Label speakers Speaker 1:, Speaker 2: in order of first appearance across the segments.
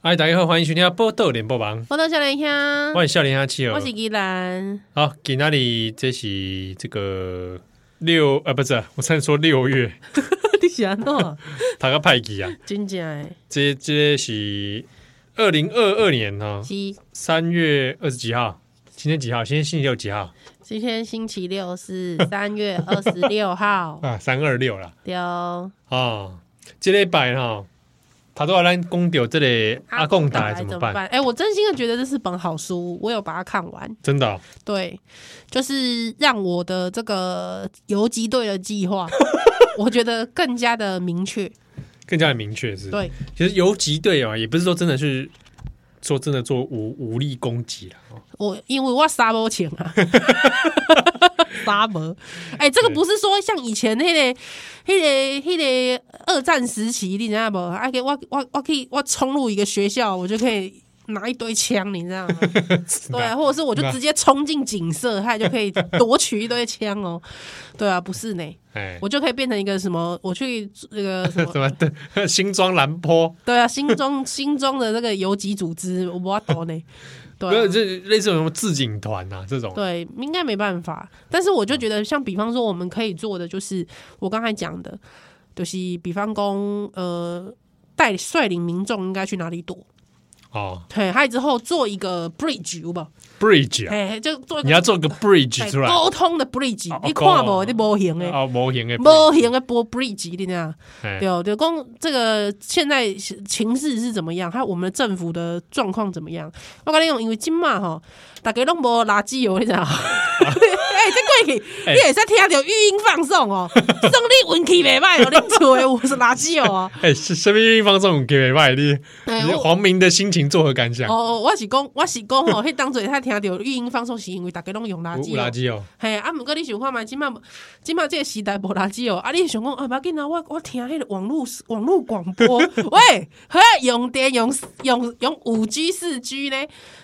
Speaker 1: 嗨，哎大家好，欢迎收听《波豆联播网》，
Speaker 2: 我到小莲香，
Speaker 1: 我是笑脸阿七
Speaker 2: 我
Speaker 1: 哦
Speaker 2: 是。依兰，
Speaker 1: 好，给那里这是这个六啊，不是啊，我差点说六月，
Speaker 2: 你是安怎？
Speaker 1: 他个派给啊，
Speaker 2: 真正诶，
Speaker 1: 这这是二零二二年啊，
Speaker 2: 是
Speaker 1: 三月二十几号，今天几号？今天星期六几号
Speaker 2: 今天星期六是三月二十六 号，
Speaker 1: 啊？三二六啦
Speaker 2: 对哦，
Speaker 1: 啊，这礼拜哈，他都要咱公掉这里啊阿贡打怎么办？？
Speaker 2: 哎，我真心的觉得这是本好书，我有把它看完，
Speaker 1: 真的哦
Speaker 2: 对，就是让我的这个游击队的计 划，我觉得更加的明确，
Speaker 1: 更加的明确是不是。
Speaker 2: 对，
Speaker 1: 其实游击队啊，也不是说真的去说真的做武武力攻击啦。哦
Speaker 2: 我因为我杀波钱啊，杀波，哎、这个不是说像以前那个、那个、那个二战时期，你知道不？哎，给我、我、我可以，我冲入一个学校，我就可以拿一堆枪，你知道吗？对啊，或者是我就直接冲进警社，他就可以夺取一堆枪哦。对啊，不是呢，
Speaker 1: 哎，
Speaker 2: 我就可以变成一个什么？我去那个什么
Speaker 1: 什？么 的新装蓝坡，
Speaker 2: 对啊，心中心中的那个游击组织，我不知道呢。对、
Speaker 1: 不
Speaker 2: 啊，
Speaker 1: 是这类似有什么自警团啊这种。
Speaker 2: 对，应该没办法。但是我就觉得，像比方说，我们可以做的就是我刚才讲的，就是比方公呃带率领民众应该去哪里躲，
Speaker 1: 哦
Speaker 2: 嘿，还有之后做一个 bridge 有吧，
Speaker 1: ，bridge 啊，
Speaker 2: 哎，就做一
Speaker 1: 你
Speaker 2: 个
Speaker 1: 要做个 bridge
Speaker 2: 哎
Speaker 1: 出来
Speaker 2: 沟通的 bridge，、
Speaker 1: 哦
Speaker 2: 你
Speaker 1: 沟通
Speaker 2: 看无你无形的。
Speaker 1: 哦，模型的
Speaker 2: 无形的波 bridge 你知道
Speaker 1: 哎
Speaker 2: 对哦对，公这个现在情势是怎么样？还有我们的政府的状况怎么样？我跟你讲，因为今嘛吼，大家拢无垃圾哦油，你 知道吗？哎、这过去
Speaker 1: 哎
Speaker 2: 你也是听到语音放送哦， 算你运气袂歹哦，你厝的我是垃圾油哦。
Speaker 1: 哎，是身边一方这种给外力，
Speaker 2: 哎
Speaker 1: 你
Speaker 2: 我
Speaker 1: 黄明的心情作何感想？
Speaker 2: 哦，哦我是讲，我是讲哦，迄当时他听到语音放送是因为大家拢用垃
Speaker 1: 有
Speaker 2: 圾
Speaker 1: 有垃
Speaker 2: 油。
Speaker 1: 圾哦，
Speaker 2: 嘿，啊，毋过你想看嘛，即满即满即个时代无垃圾哦，啊，你想讲啊，无要紧啊，我我听迄个网络网络广播， 喂，嘿，用电用用用五 G 四 G 呢，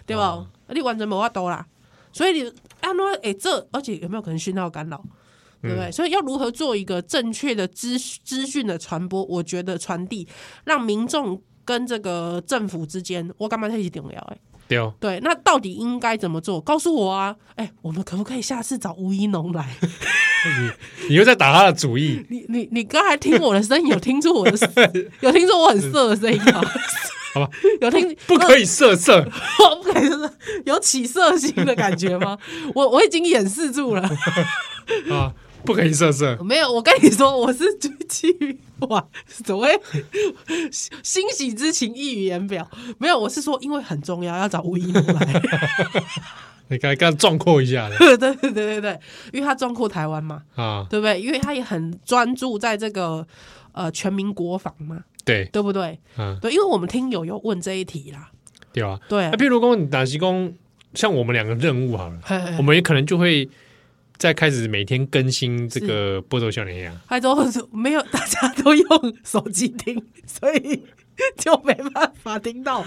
Speaker 2: 对无、
Speaker 1: 哦
Speaker 2: 啊你完全无法度啦，所以你按怎诶这，而且有没有可能讯号干扰？对不对？所以要如何做一个正确的资资讯的传播？我觉得传递让民众跟这个政府之间，我干嘛一起重要诶。
Speaker 1: 对哦，
Speaker 2: 对，那到底应该怎么做？告诉我啊！哎、我们可不可以下次找吴一农来？
Speaker 1: 你又在打他的主 意，
Speaker 2: 你你你刚才听我的声音，有听出 我的声，有听出我很色的声音吗？
Speaker 1: 好吧，
Speaker 2: 有听
Speaker 1: 不可以色色，
Speaker 2: 我不可以就是有起色心的感觉吗？我我已经掩饰住了，
Speaker 1: 啊，不可以色色，
Speaker 2: 没有。我跟你说，我是基于哇，怎么会欣喜之情溢于言表？没有，我是说，因为很重要，要找吴一农来。
Speaker 1: 你刚刚壮阔一下的
Speaker 2: 对对对对对，因为他壮阔台湾嘛。
Speaker 1: 啊，
Speaker 2: 对不对？因为他也很专注在这个呃全民国防嘛，
Speaker 1: 对，
Speaker 2: 对不对？
Speaker 1: 嗯，
Speaker 2: 对，因为我们听友有问这一题啦，
Speaker 1: 对啊，
Speaker 2: 对
Speaker 1: 那，譬如说，你打西工，像我们两个任务好了，
Speaker 2: 嘿嘿
Speaker 1: 我们也可能就会再开始每天更新这个波多少年呀。
Speaker 2: 还都没有，大家都用手机听，所以就没办法听到，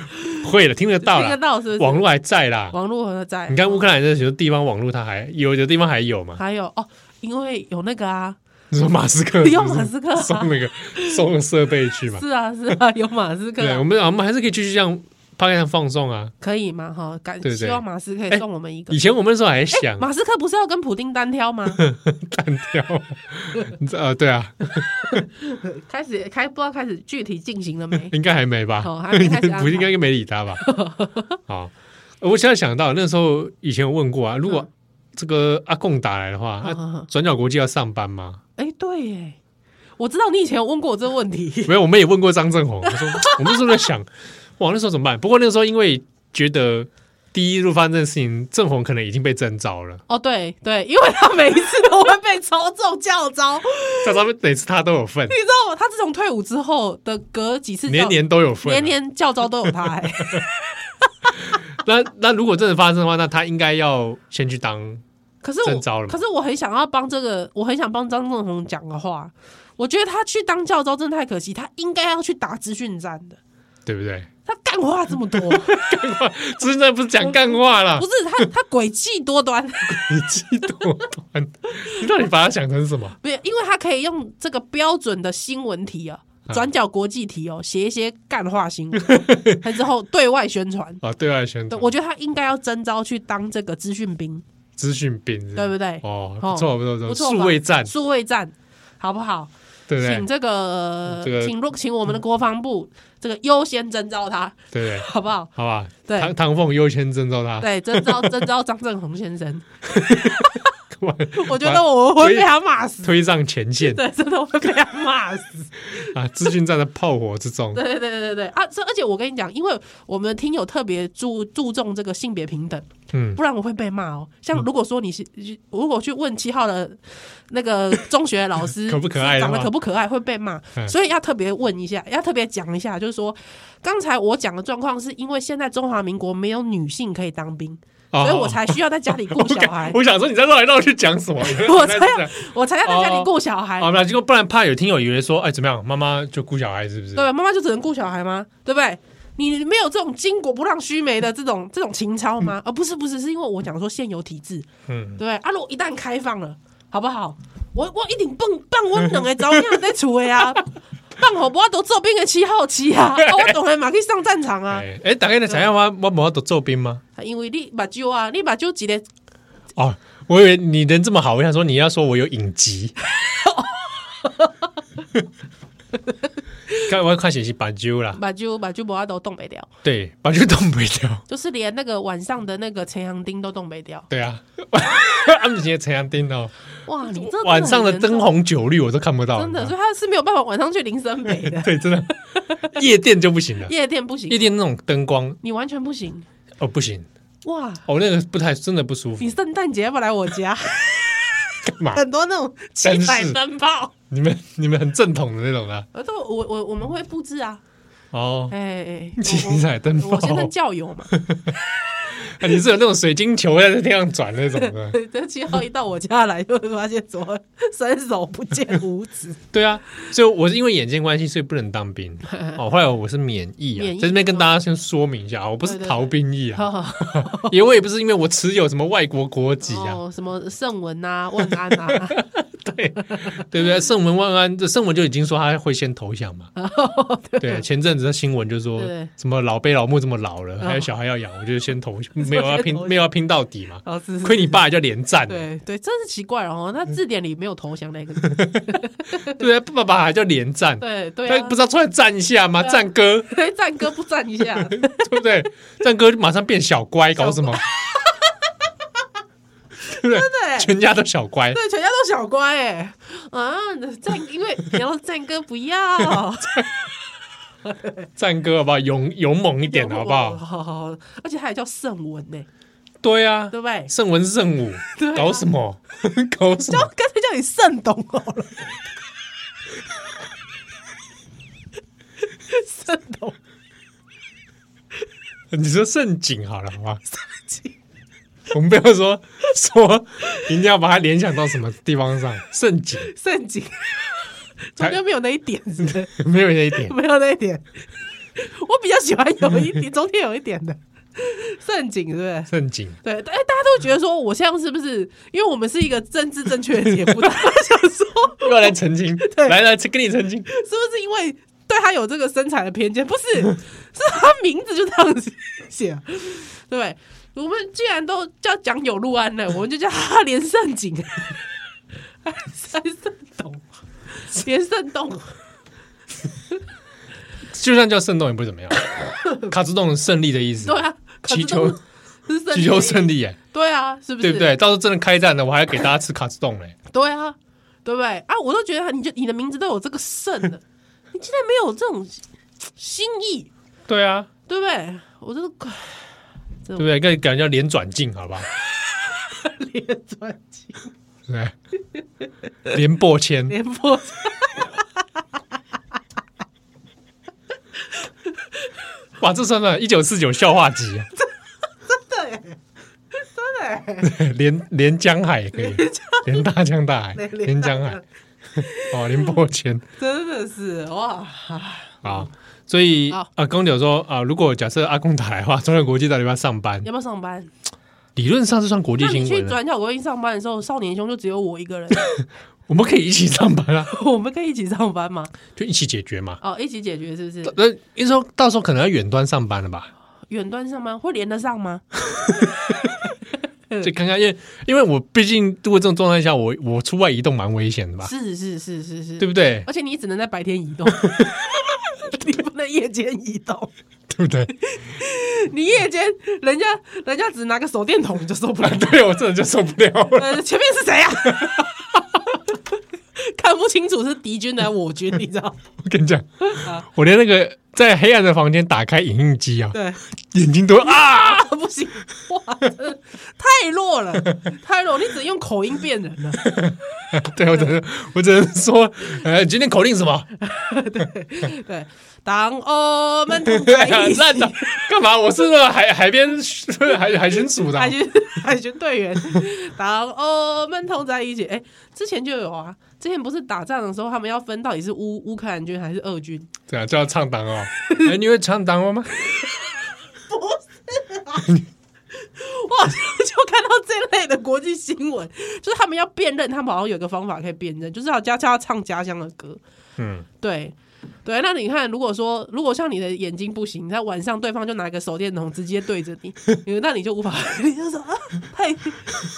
Speaker 1: 会了，听得到
Speaker 2: 听得
Speaker 1: 啦，
Speaker 2: 到是不
Speaker 1: 网
Speaker 2: 是？
Speaker 1: 络还在啦。
Speaker 2: 网络和在，嗯
Speaker 1: 你看乌克兰这些地方网络，它还有的地方还有 嘛？
Speaker 2: 还有哦，因为有那个啊，
Speaker 1: 你说马斯克
Speaker 2: 有
Speaker 1: 是不是
Speaker 2: 马斯克啊
Speaker 1: 送 那个送设备去嘛？
Speaker 2: 是啊是啊， 有马斯克
Speaker 1: 对，我
Speaker 2: 啊，
Speaker 1: 们我们还是可以继续这样趴开上放送啊。
Speaker 2: 可以吗？哈，感
Speaker 1: 对对
Speaker 2: 希望马斯可以
Speaker 1: 哎
Speaker 2: 送我们一个
Speaker 1: 以。前我们那时候还想
Speaker 2: 马斯克不是要跟普丁单挑 吗？
Speaker 1: 单挑，你 知啊，对啊，
Speaker 2: 开始开不知道开始具体进行了 没？
Speaker 1: 应该还没吧？
Speaker 2: 哦， 还没开始安排。
Speaker 1: 不应该没理他 吧？好，呃我现在想到那时候以前有问过啊，如果这个阿贡打来的话，
Speaker 2: 嗯嗯
Speaker 1: 那
Speaker 2: 嗯
Speaker 1: 转角国际要上班吗？
Speaker 2: 哎、对耶，我知道你以前有问过我这个问题。
Speaker 1: 没有，我们也问过张正宏，我说 我们是不是在想，哇，那时候怎么办？不过那时候因为觉得第一路发生的事情，正宏可能已经被征召了，
Speaker 2: 哦，对对，因为他每一次都会被抽中教招，你
Speaker 1: 在他们每次他都有 份，
Speaker 2: 知道吗？他自从退伍之后的隔几次教
Speaker 1: 年年都有份啊、
Speaker 2: 年年教招都有他、哎
Speaker 1: 那那如果真的发生的话，那他应该要先去当
Speaker 2: 可是
Speaker 1: 征召了嘛
Speaker 2: 我，可是我很想要帮这个，我很想帮张正宏讲个话。我觉得他去当教招真的太可惜，他应该要去打资讯战的。
Speaker 1: 对不 对？
Speaker 2: 他干话这 么多，
Speaker 1: 真的不是讲干话啦
Speaker 2: 不，是他他诡计多端，
Speaker 1: 你激动 端，你到底把他想成什么？
Speaker 2: 没有，因为他可以用这个标准的新闻题啊，
Speaker 1: 嗯
Speaker 2: 转角国际题哦，写一些干话 新闻，他之后对外宣传。
Speaker 1: 啊，对外宣
Speaker 2: 对
Speaker 1: 传，
Speaker 2: 我觉得他应该要征召去当这个资讯兵，
Speaker 1: 资讯兵是不是
Speaker 2: 对不对？
Speaker 1: 哦，
Speaker 2: 哦
Speaker 1: 不错不错不
Speaker 2: 不
Speaker 1: 错，
Speaker 2: 错
Speaker 1: 数
Speaker 2: 吧，
Speaker 1: 位战，
Speaker 2: 数位战，好不好？
Speaker 1: 对不
Speaker 2: 请
Speaker 1: 对？
Speaker 2: 这个
Speaker 1: 这个，嗯
Speaker 2: 请请我们的国防部这个优先征召他，
Speaker 1: 对不对？
Speaker 2: 好不好？
Speaker 1: 好吧，
Speaker 2: 对
Speaker 1: 唐唐凤优先征召他，
Speaker 2: 对，征召 征召张正宏先生，
Speaker 1: 干嘛
Speaker 2: 我觉得我会被他骂 死，
Speaker 1: 推上前线
Speaker 2: 对，真的会被他骂死。
Speaker 1: 啊！资讯战的炮火之中，
Speaker 2: 对对对对对啊！这而且我跟你讲，因为我们听友特别注注重这个性别平等，
Speaker 1: 嗯，
Speaker 2: 不然我会被骂哦。像如果说你是如果去问七号的那个中学老师
Speaker 1: 可不可爱的
Speaker 2: 长得
Speaker 1: 话
Speaker 2: 可不可爱，会被骂，
Speaker 1: 嗯
Speaker 2: 所以要特别问一下，要特别讲一下，就是说刚才我讲的状况是因为现在中华民国没有女性可以当兵，
Speaker 1: 哦
Speaker 2: 所以我才需要在家里顾小孩
Speaker 1: ，我想说你在绕来绕去讲哦 什么？
Speaker 2: 我
Speaker 1: 原
Speaker 2: 才
Speaker 1: 来是这样
Speaker 2: 我才要在家里顾小孩。
Speaker 1: 好了，结果不然怕有听友以为说，哎，怎么样，妈妈就顾小孩是不是？
Speaker 2: 对吧？妈妈就只能顾小孩吗？对不对？你没有这种巾帼不让须眉的这种 这种情操吗？而、不是不是，是因为我讲说现有体制，
Speaker 1: 嗯
Speaker 2: 对，不对？啊，如果一旦开放了，好不好？我我一定蹦蹦温冷的，早样在厝的啊， 放好不我都做兵的七号 棋啊，啊我懂的嘛，去上战场啊。
Speaker 1: 哎哎，大概你怎样？我我没得做兵吗？
Speaker 2: 因为你目睭啊，你目睭一个
Speaker 1: 哦，我以为你人这么好，我想说你要说我有影 集。看我要看写是把揪啦，
Speaker 2: 目睭目睭无法都动不了，
Speaker 1: 对，把揪动不 了。
Speaker 2: 就是连那个晚上的那个陈阳丁都动不了。
Speaker 1: 对啊， 他们以前陈阳丁哦，
Speaker 2: 哇，你这真
Speaker 1: 晚上的
Speaker 2: 很严重
Speaker 1: 灯红酒绿我都看不到，
Speaker 2: 真的，
Speaker 1: 你
Speaker 2: 所
Speaker 1: 知
Speaker 2: 以他是没有办法晚上去林森北的
Speaker 1: 道吗。 对，真的夜店就不行了，
Speaker 2: 夜店不行
Speaker 1: 夜，店那种灯光
Speaker 2: 你完全不行
Speaker 1: 哦不行，
Speaker 2: 哇！
Speaker 1: 哦那个不太真的不舒 服，
Speaker 2: 你圣诞节要不要来我家？
Speaker 1: 干嘛？
Speaker 2: 很多那种七
Speaker 1: 真是
Speaker 2: 彩灯泡，
Speaker 1: 你们你们很正统的那种的
Speaker 2: 呃我都我我我们会布置啊，
Speaker 1: 哦，
Speaker 2: 哎哎，哎
Speaker 1: 七
Speaker 2: 我
Speaker 1: 彩灯
Speaker 2: 我
Speaker 1: 泡
Speaker 2: 我，先生教友嘛，
Speaker 1: 啊你是有那种水晶球在天上转那种的，
Speaker 2: 这七号一到我家来，就会发现怎么伸手不见五 指，
Speaker 1: 对啊，所以我是因为眼见关系，所以不能当 兵。哦，后来我是免疫啊，
Speaker 2: 免疫哦
Speaker 1: 在这边跟大家先说明一下，我不是
Speaker 2: 对对对
Speaker 1: 逃兵役 啊，
Speaker 2: 哦
Speaker 1: 也我也不是因为我持有什么外国国籍啊，
Speaker 2: 哦什么圣文啊、问安啊，
Speaker 1: 对对
Speaker 2: 嗯
Speaker 1: 不对？圣文万安，这圣文就已经说他会先投 降嘛。对，前阵子的新闻就说
Speaker 2: 哦对对
Speaker 1: 什么老辈老母这么老了，还有小孩要养，我就先 投，没有要拼
Speaker 2: 投，降
Speaker 1: 没有要拼到 底嘛。
Speaker 2: 哦是是
Speaker 1: 亏你爸也叫连战，对
Speaker 2: 对对，真是奇怪哦，那字典里没有投降 那个，
Speaker 1: 不对？爸爸还叫连战，
Speaker 2: 对对
Speaker 1: 他
Speaker 2: 啊
Speaker 1: 不知，道出来站一下吗？
Speaker 2: 对啊
Speaker 1: 战哥，
Speaker 2: 赞歌不赞一下，
Speaker 1: 对不对？战哥就马上变小乖，搞什 么？对不对？
Speaker 2: 对
Speaker 1: 全家都小乖，
Speaker 2: 对，全家都小乖哎、啊，赞，因为你要赞哥不要，
Speaker 1: 战哥好不好？勇勇猛一点好不好？
Speaker 2: 好好好，而且他也叫圣文呢、
Speaker 1: 对啊，
Speaker 2: 对不对？
Speaker 1: 圣文圣武，
Speaker 2: 对啊
Speaker 1: 搞什么？ 搞什
Speaker 2: 就
Speaker 1: 么？
Speaker 2: 干脆叫你圣董好了，圣董
Speaker 1: 你说盛景好了，好吧？ 我们不要说 说，一定要把它联想到什么地方上。盛景
Speaker 2: 圣景，中间没有那一点是不是，
Speaker 1: 没有这一点，
Speaker 2: 没有那一点，我比较喜欢有一点，中间有一点的圣景，对不对？
Speaker 1: 盛景
Speaker 2: 对，哎，大家都觉得说我这样是不是？因为我们是一个政治正确的节目，大家想说
Speaker 1: 又要来澄清，
Speaker 2: 对
Speaker 1: 来来跟你澄清，
Speaker 2: 是不是因为对他有这个身材的偏见？不是， 是他名字就这样子写，对不对？我们既然都叫蒋有路安了，我们就叫他连胜景， 三胜董，连胜董，
Speaker 1: 就算叫圣洞也不会怎么 样。卡兹洞胜利的意思
Speaker 2: 对，啊，
Speaker 1: 祈求
Speaker 2: 可是都是
Speaker 1: 祈求胜
Speaker 2: 胜利，
Speaker 1: 利，哎，
Speaker 2: 对啊，是不是？
Speaker 1: 对不对？到时候真的开战了，我还要给大家吃卡兹冻嘞。
Speaker 2: 对啊，对不对？啊，我都觉得你就你的名字都有这个胜了， 你竟然没有这种心意，
Speaker 1: 对啊，
Speaker 2: 对不对？我真的
Speaker 1: 对不对？跟感觉叫连转镜，好吧？
Speaker 2: 连专辑。
Speaker 1: 对不对，连破千，
Speaker 2: 连破。
Speaker 1: 哇，这算不算一九四九笑话集啊？
Speaker 2: 对，
Speaker 1: 连连江海也可以，连大江大海， 连江海，哦，连破 千
Speaker 2: 真的是哇！
Speaker 1: 啊！所以
Speaker 2: 好
Speaker 1: 啊，公九说啊，如果假设阿公打来的话，中原国际到底要不要上班
Speaker 2: 要？不要上班？
Speaker 1: 理论上是算国际
Speaker 2: 那你
Speaker 1: 新
Speaker 2: 去
Speaker 1: 闻了，啊
Speaker 2: 转角国际上班的时候，少年兄就只有我一个人，
Speaker 1: 我们可以一起上班啊，
Speaker 2: 我们可以一起上班吗？
Speaker 1: 就一起解决嘛。
Speaker 2: 哦，一起解决是不是？
Speaker 1: 那一说到时候可能要远端上班了吧？
Speaker 2: 远端上班会连得上吗？
Speaker 1: 就看看，因为因为我毕竟如果这种状态下，我我出外移动蛮危险的吧，
Speaker 2: 是是是是是，
Speaker 1: 啊对不对？
Speaker 2: 而且你只能在白天 移动，你不能夜间移动。
Speaker 1: 对不对？
Speaker 2: 你夜间人家人家只拿个手电筒你就受不 了
Speaker 1: 啊，对我真的就受不了了。
Speaker 2: 呃，前面 是谁啊？看不清楚是敌军还是我军，你知道？
Speaker 1: 我跟你讲，
Speaker 2: 啊
Speaker 1: 我连那个在黑暗的房间打开影印机啊，
Speaker 2: 对，
Speaker 1: 眼睛都啊，
Speaker 2: 啊，不行，哇，真的太弱了，太弱，你只能用口音辨人了。
Speaker 1: 对我只能我只能说，呃，今天口令什么？
Speaker 2: 对，当我们同在 一起，
Speaker 1: 啊烂的，干嘛？我是那个海海 边海海巡署的啊
Speaker 2: 海，军海军队员，当我们同在一起。哎、之前就有啊，之前不是打仗的时候，他们要分到底是乌乌克兰军还是俄军？
Speaker 1: 对啊，就要唱党哦。 哎，你会唱党哦吗？
Speaker 2: 我好像就看到这类的国际新闻， 就是他们要辨认，他们好像有个方法可以辨认，就是要加加唱家乡的歌。
Speaker 1: 嗯，
Speaker 2: 对，对，那你看，如果说如果像你的眼睛不行，在晚上对方就拿一个手电筒直接对着你， 你那你就无法，你就说啊，太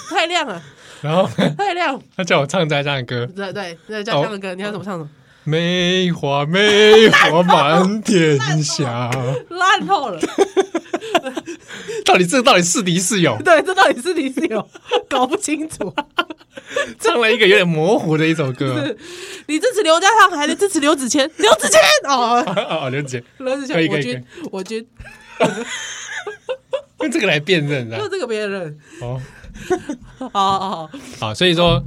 Speaker 2: 太亮了，
Speaker 1: 然后
Speaker 2: 太亮了，
Speaker 1: 他叫我唱家乡的歌，
Speaker 2: 对对，那家乡的
Speaker 1: 哦
Speaker 2: 歌，你要怎么唱什么？
Speaker 1: 梅花梅花满天 下。
Speaker 2: 烂透了，
Speaker 1: 到底这到底是敌是 友？
Speaker 2: 对，这到底是你是有 搞不清楚，啊
Speaker 1: 唱了一个有点模糊的一首歌。
Speaker 2: 你支持刘家昌还是支持刘子谦？刘子谦哦，
Speaker 1: 哦，刘姐，
Speaker 2: 刘子
Speaker 1: 可以可
Speaker 2: 谦，我
Speaker 1: 以
Speaker 2: 军，我军，
Speaker 1: 用这个来辨认的
Speaker 2: 就这个别人，
Speaker 1: 哦。
Speaker 2: 好好好，
Speaker 1: 啊，所以说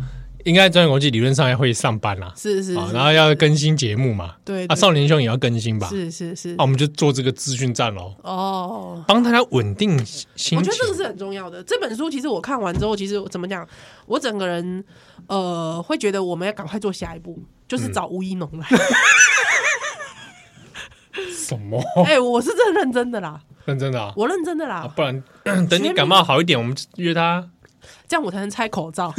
Speaker 1: 应该专业国际理论上会上班啦，
Speaker 2: 是是
Speaker 1: 啊，
Speaker 2: 是
Speaker 1: 然后要更新节目嘛，
Speaker 2: 对
Speaker 1: 啊，
Speaker 2: 对
Speaker 1: 少年兄也要更新吧，
Speaker 2: 是是是
Speaker 1: 啊，我，们就做这个资讯站喽，
Speaker 2: 哦。
Speaker 1: 帮大家稳定心情
Speaker 2: 我觉得。这个是很重要的。这本书其实我看完之后，其实怎么讲，我整个人呃会觉得我们要赶快做下一步，就是找吴一农来。
Speaker 1: 什么？
Speaker 2: 哎、我是真的认真的啦，
Speaker 1: 认真的啊？
Speaker 2: 我认真的
Speaker 1: 啊，
Speaker 2: 啦，
Speaker 1: 不然 等你感冒好一点，我们约他。
Speaker 2: 这样我才能拆口罩。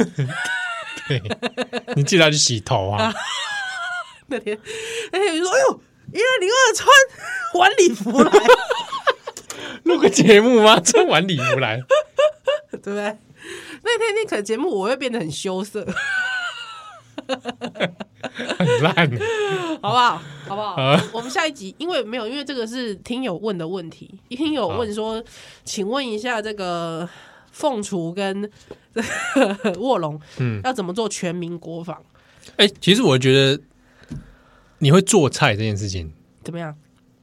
Speaker 1: 对，你记得要去洗头啊！
Speaker 2: 那天，那天我就说：“哎呦，一二零二穿 晚礼服来，
Speaker 1: 录个节目吗？ 穿晚礼服来，
Speaker 2: 对不对？”那天你可能节目我会变得很羞涩，
Speaker 1: 很烂。欸
Speaker 2: 好不好？好不好？
Speaker 1: 啊
Speaker 2: 我们下一集，因为没有，因为这个是听友问的问题。听友问说，请问一下，这个凤雏跟 这个卧龙，
Speaker 1: 嗯
Speaker 2: 要怎么做全民国防？
Speaker 1: 哎，其实我觉得你会做菜这件事情
Speaker 2: 怎么样？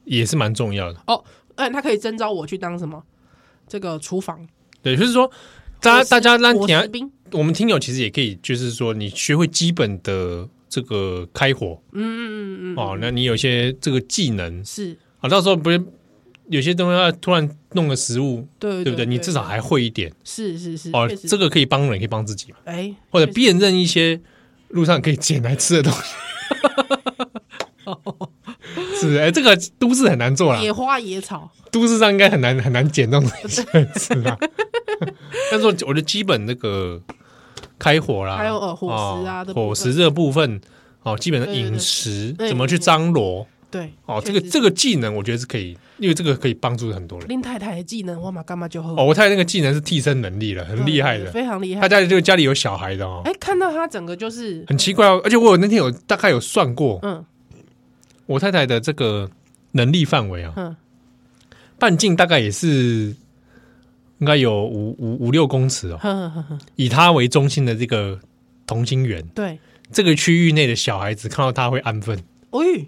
Speaker 1: 也是蛮重要的。
Speaker 2: 哦，嗯，他可以征召我去当什么？这个厨房，
Speaker 1: 对，就是说，大
Speaker 2: 伙
Speaker 1: 家
Speaker 2: 食
Speaker 1: 大家让
Speaker 2: 伙
Speaker 1: 你要
Speaker 2: 食兵，
Speaker 1: 我们听友其实也可以，就是说你学会基本的这个开火
Speaker 2: 嗯嗯嗯嗯，
Speaker 1: 哦，那你有一些这个技能
Speaker 2: 是
Speaker 1: 啊，到时候不是有些东西要突然弄个食物，
Speaker 2: 对
Speaker 1: 对不对？你至少还会一点
Speaker 2: 是是是
Speaker 1: 哦，
Speaker 2: 确实
Speaker 1: 这个可以帮人，也可以帮自己嘛，
Speaker 2: 哎，
Speaker 1: 或者
Speaker 2: 确实
Speaker 1: 辨认一些路上可以捡来吃的东西。 是不是哎，这个都市很难做啦，
Speaker 2: 野花野草，
Speaker 1: 都市上应该很难很难捡这种东西来吃啦。 但是我觉得基本那个开火啦，
Speaker 2: 还有呃伙食啊的部分
Speaker 1: 哦伙食这个部分哦，基本的
Speaker 2: 对对对
Speaker 1: 饮食
Speaker 2: 对
Speaker 1: 怎么去张罗
Speaker 2: 对
Speaker 1: 哦，这个这个技能我觉得是可以，因为这个可以帮助很多人。
Speaker 2: 林太太的技能，我嘛干嘛就喝，
Speaker 1: 哦，我太太那个技能是替身能力了，很厉害
Speaker 2: 对对
Speaker 1: 的。
Speaker 2: 非常厉害
Speaker 1: 他。家里就家里有小孩的哦，
Speaker 2: 哎，看到他整个就是
Speaker 1: 很奇怪哦。而且我有那天有大概有算过
Speaker 2: 嗯
Speaker 1: 我太太的这个能力范围啊，
Speaker 2: 嗯。
Speaker 1: 半径大概也是应该有五五五六公尺哦。
Speaker 2: 哼哼哼，
Speaker 1: 以他为中心的这个同心圆，
Speaker 2: 对，
Speaker 1: 这个区域内的小孩子看到他会安分，
Speaker 2: 哎，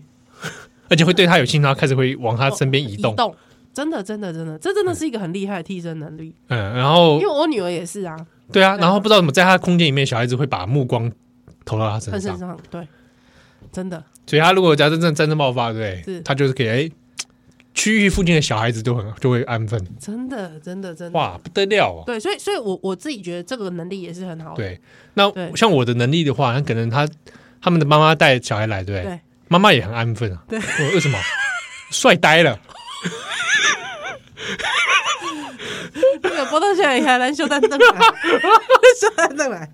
Speaker 1: 而且会对他有兴趣，他开始会往他身边移
Speaker 2: 哦
Speaker 1: 动。
Speaker 2: 真的，真的，真的，这真的是一个很厉害的替身能力。
Speaker 1: 嗯，然后
Speaker 2: 因为我女儿也是啊，
Speaker 1: 对啊，然后不知道怎么在他的空间里面，小孩子会把目光投到他
Speaker 2: 她
Speaker 1: 身
Speaker 2: 身
Speaker 1: 上，
Speaker 2: 上对，真的
Speaker 1: 所以他如果假设真的战争爆发，对不对
Speaker 2: 是
Speaker 1: 他就是可以哎，区域附近的小孩子都很就会安分，
Speaker 2: 真的，真的，真的，
Speaker 1: 哇，不得了哦。
Speaker 2: 对，所以，所以我我自己觉得这个能力也是很好的。
Speaker 1: 对，那
Speaker 2: 对
Speaker 1: 像我的能力的话，那可能他他们的妈妈带小孩来，对不对
Speaker 2: 对，
Speaker 1: 妈妈也很安分啊。
Speaker 2: 对
Speaker 1: 我为什 么？帅呆了。
Speaker 2: 那个波多啊小野还蓝秀蛋邓来，秀蛋邓来。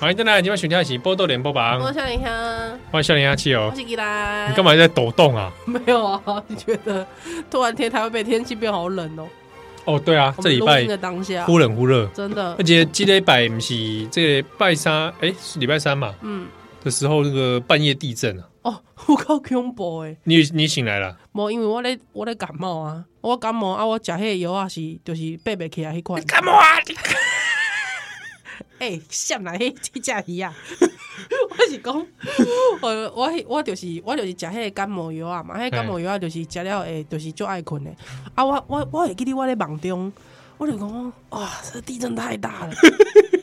Speaker 1: 欢迎大家今晚选跳一起波豆联播榜，
Speaker 2: 我想一下，
Speaker 1: 欢迎笑脸阿七
Speaker 2: 我
Speaker 1: 哦，
Speaker 2: 是吉兰。
Speaker 1: 你干？嘛在抖动啊？
Speaker 2: 没有啊？你觉得突然天台会被天气变好冷哦？
Speaker 1: 哦，对啊，
Speaker 2: 我
Speaker 1: 这
Speaker 2: 们
Speaker 1: 礼
Speaker 2: 录
Speaker 1: 拜哎
Speaker 2: 音的啊当下，
Speaker 1: 忽冷忽热，
Speaker 2: 真的
Speaker 1: 而，且这礼拜不是这个拜三，哎，是礼拜三嘛
Speaker 2: 嗯，
Speaker 1: 的时候，那个半夜地震啊，
Speaker 2: 哦，我靠恐怖欸诶！
Speaker 1: 你你醒来了，
Speaker 2: 无，因为我咧我咧感冒啊，我感冒啊，我食迄个药啊是就是爬袂起来迄 款。
Speaker 1: 干嘛啊？你
Speaker 2: 诶，哎闪来迄迄只鱼啊！ 我是讲， 我我我就是我就是食迄个感冒药啊嘛，迄、个感冒药啊就是食了会就是就爱困的。啊，我我我会记得我咧梦中，我就讲哇，这地震太大 了。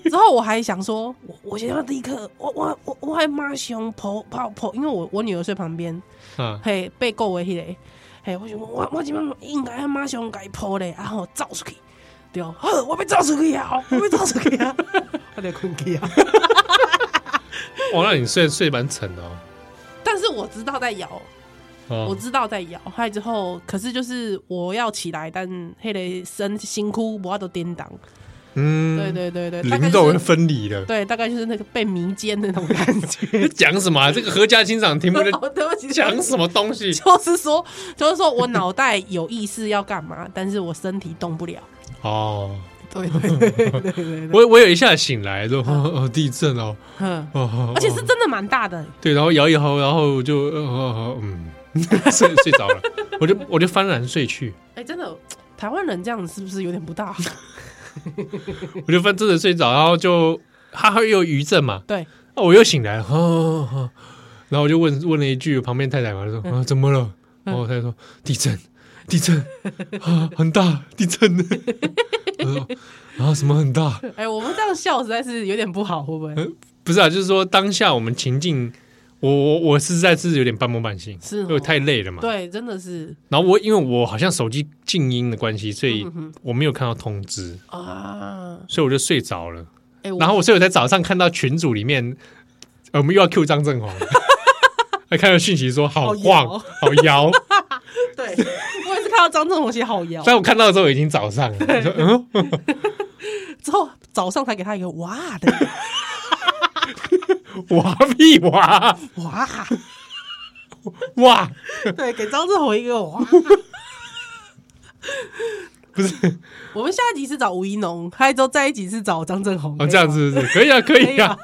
Speaker 2: 之后我还想说，我我想要立刻，我我我我还马上跑跑跑，因为我我女儿睡旁边，
Speaker 1: 啊，
Speaker 2: 嘿，被告的迄、个，嘿，我想讲我我即摆应该要马上改破咧，然后走出去，对，好，我要走出去啊，我要走出去啊， 我得困去啊。
Speaker 1: 哇，那你睡睡蛮沉的哦。
Speaker 2: 但是我知道在摇，我
Speaker 1: 哦，
Speaker 2: 知道在摇，嗨之后，可是就是我要起来，但迄个身辛苦，我都颠倒。
Speaker 1: 嗯
Speaker 2: 对，对对对，大概
Speaker 1: 灵
Speaker 2: 就
Speaker 1: 肉
Speaker 2: 是
Speaker 1: 跟分离了。
Speaker 2: 对，大概就是那个被迷奸的那种感 觉。
Speaker 1: 讲什么、啊？这个合家欣赏听不得
Speaker 2: 哦对不起，
Speaker 1: 讲什么东西
Speaker 2: 就是说，就是说我脑袋有意识要干嘛，但是我身体动不了。
Speaker 1: 哦。
Speaker 2: 对对对对 对对，
Speaker 1: 我我有一下醒来说 哦哦地震哦
Speaker 2: 嗯，
Speaker 1: 哦哦，
Speaker 2: 而且是真的蛮大的。
Speaker 1: 对，然后摇一摇，然后就哦哦哦嗯 睡睡着了，我就我就幡然睡去，
Speaker 2: 哎、真的，台湾人这样是不是有点不大？
Speaker 1: 我就翻真的睡着，然后就哈哈又有余震嘛，
Speaker 2: 对，
Speaker 1: 哦我又醒来了哦哦哦，然后我就问问了一句旁边太太嘛，她
Speaker 2: 嗯
Speaker 1: 说啊怎么了？然后我太太说地震地震啊很大地 震，我说啊什么很大？
Speaker 2: 哎、我们这样笑实在是有点不好，会不会？
Speaker 1: 不是啊，就是说当下我们情境，我我我实在是有点半梦半醒，
Speaker 2: 是哦
Speaker 1: 因为我太累了嘛。
Speaker 2: 对，真的是
Speaker 1: 然后我因为我好像手机静音的关系，所以
Speaker 2: 嗯哼
Speaker 1: 我没有看到通知，
Speaker 2: 啊。
Speaker 1: 所以我就睡着了。
Speaker 2: 哎、我
Speaker 1: 然后我所以我在早上看到群组里面，呃我们又要 Q 张正 宏，还看到讯息说好晃
Speaker 2: 好摇
Speaker 1: 好 摇，
Speaker 2: 对我也是看到张正宏写 好摇，
Speaker 1: 但我看到的时候已经早上了，我说嗯，
Speaker 2: 之后早上才给他一个哇 的
Speaker 1: 哇屁哇
Speaker 2: 哇，
Speaker 1: 哇，
Speaker 2: 对，给张正宏一个哇。
Speaker 1: 不 是
Speaker 2: 我们下一集是找吴一农，还有之后再一集是找张正宏。
Speaker 1: 哦这样
Speaker 2: 可以吗，
Speaker 1: 子是不是可以啊可以啊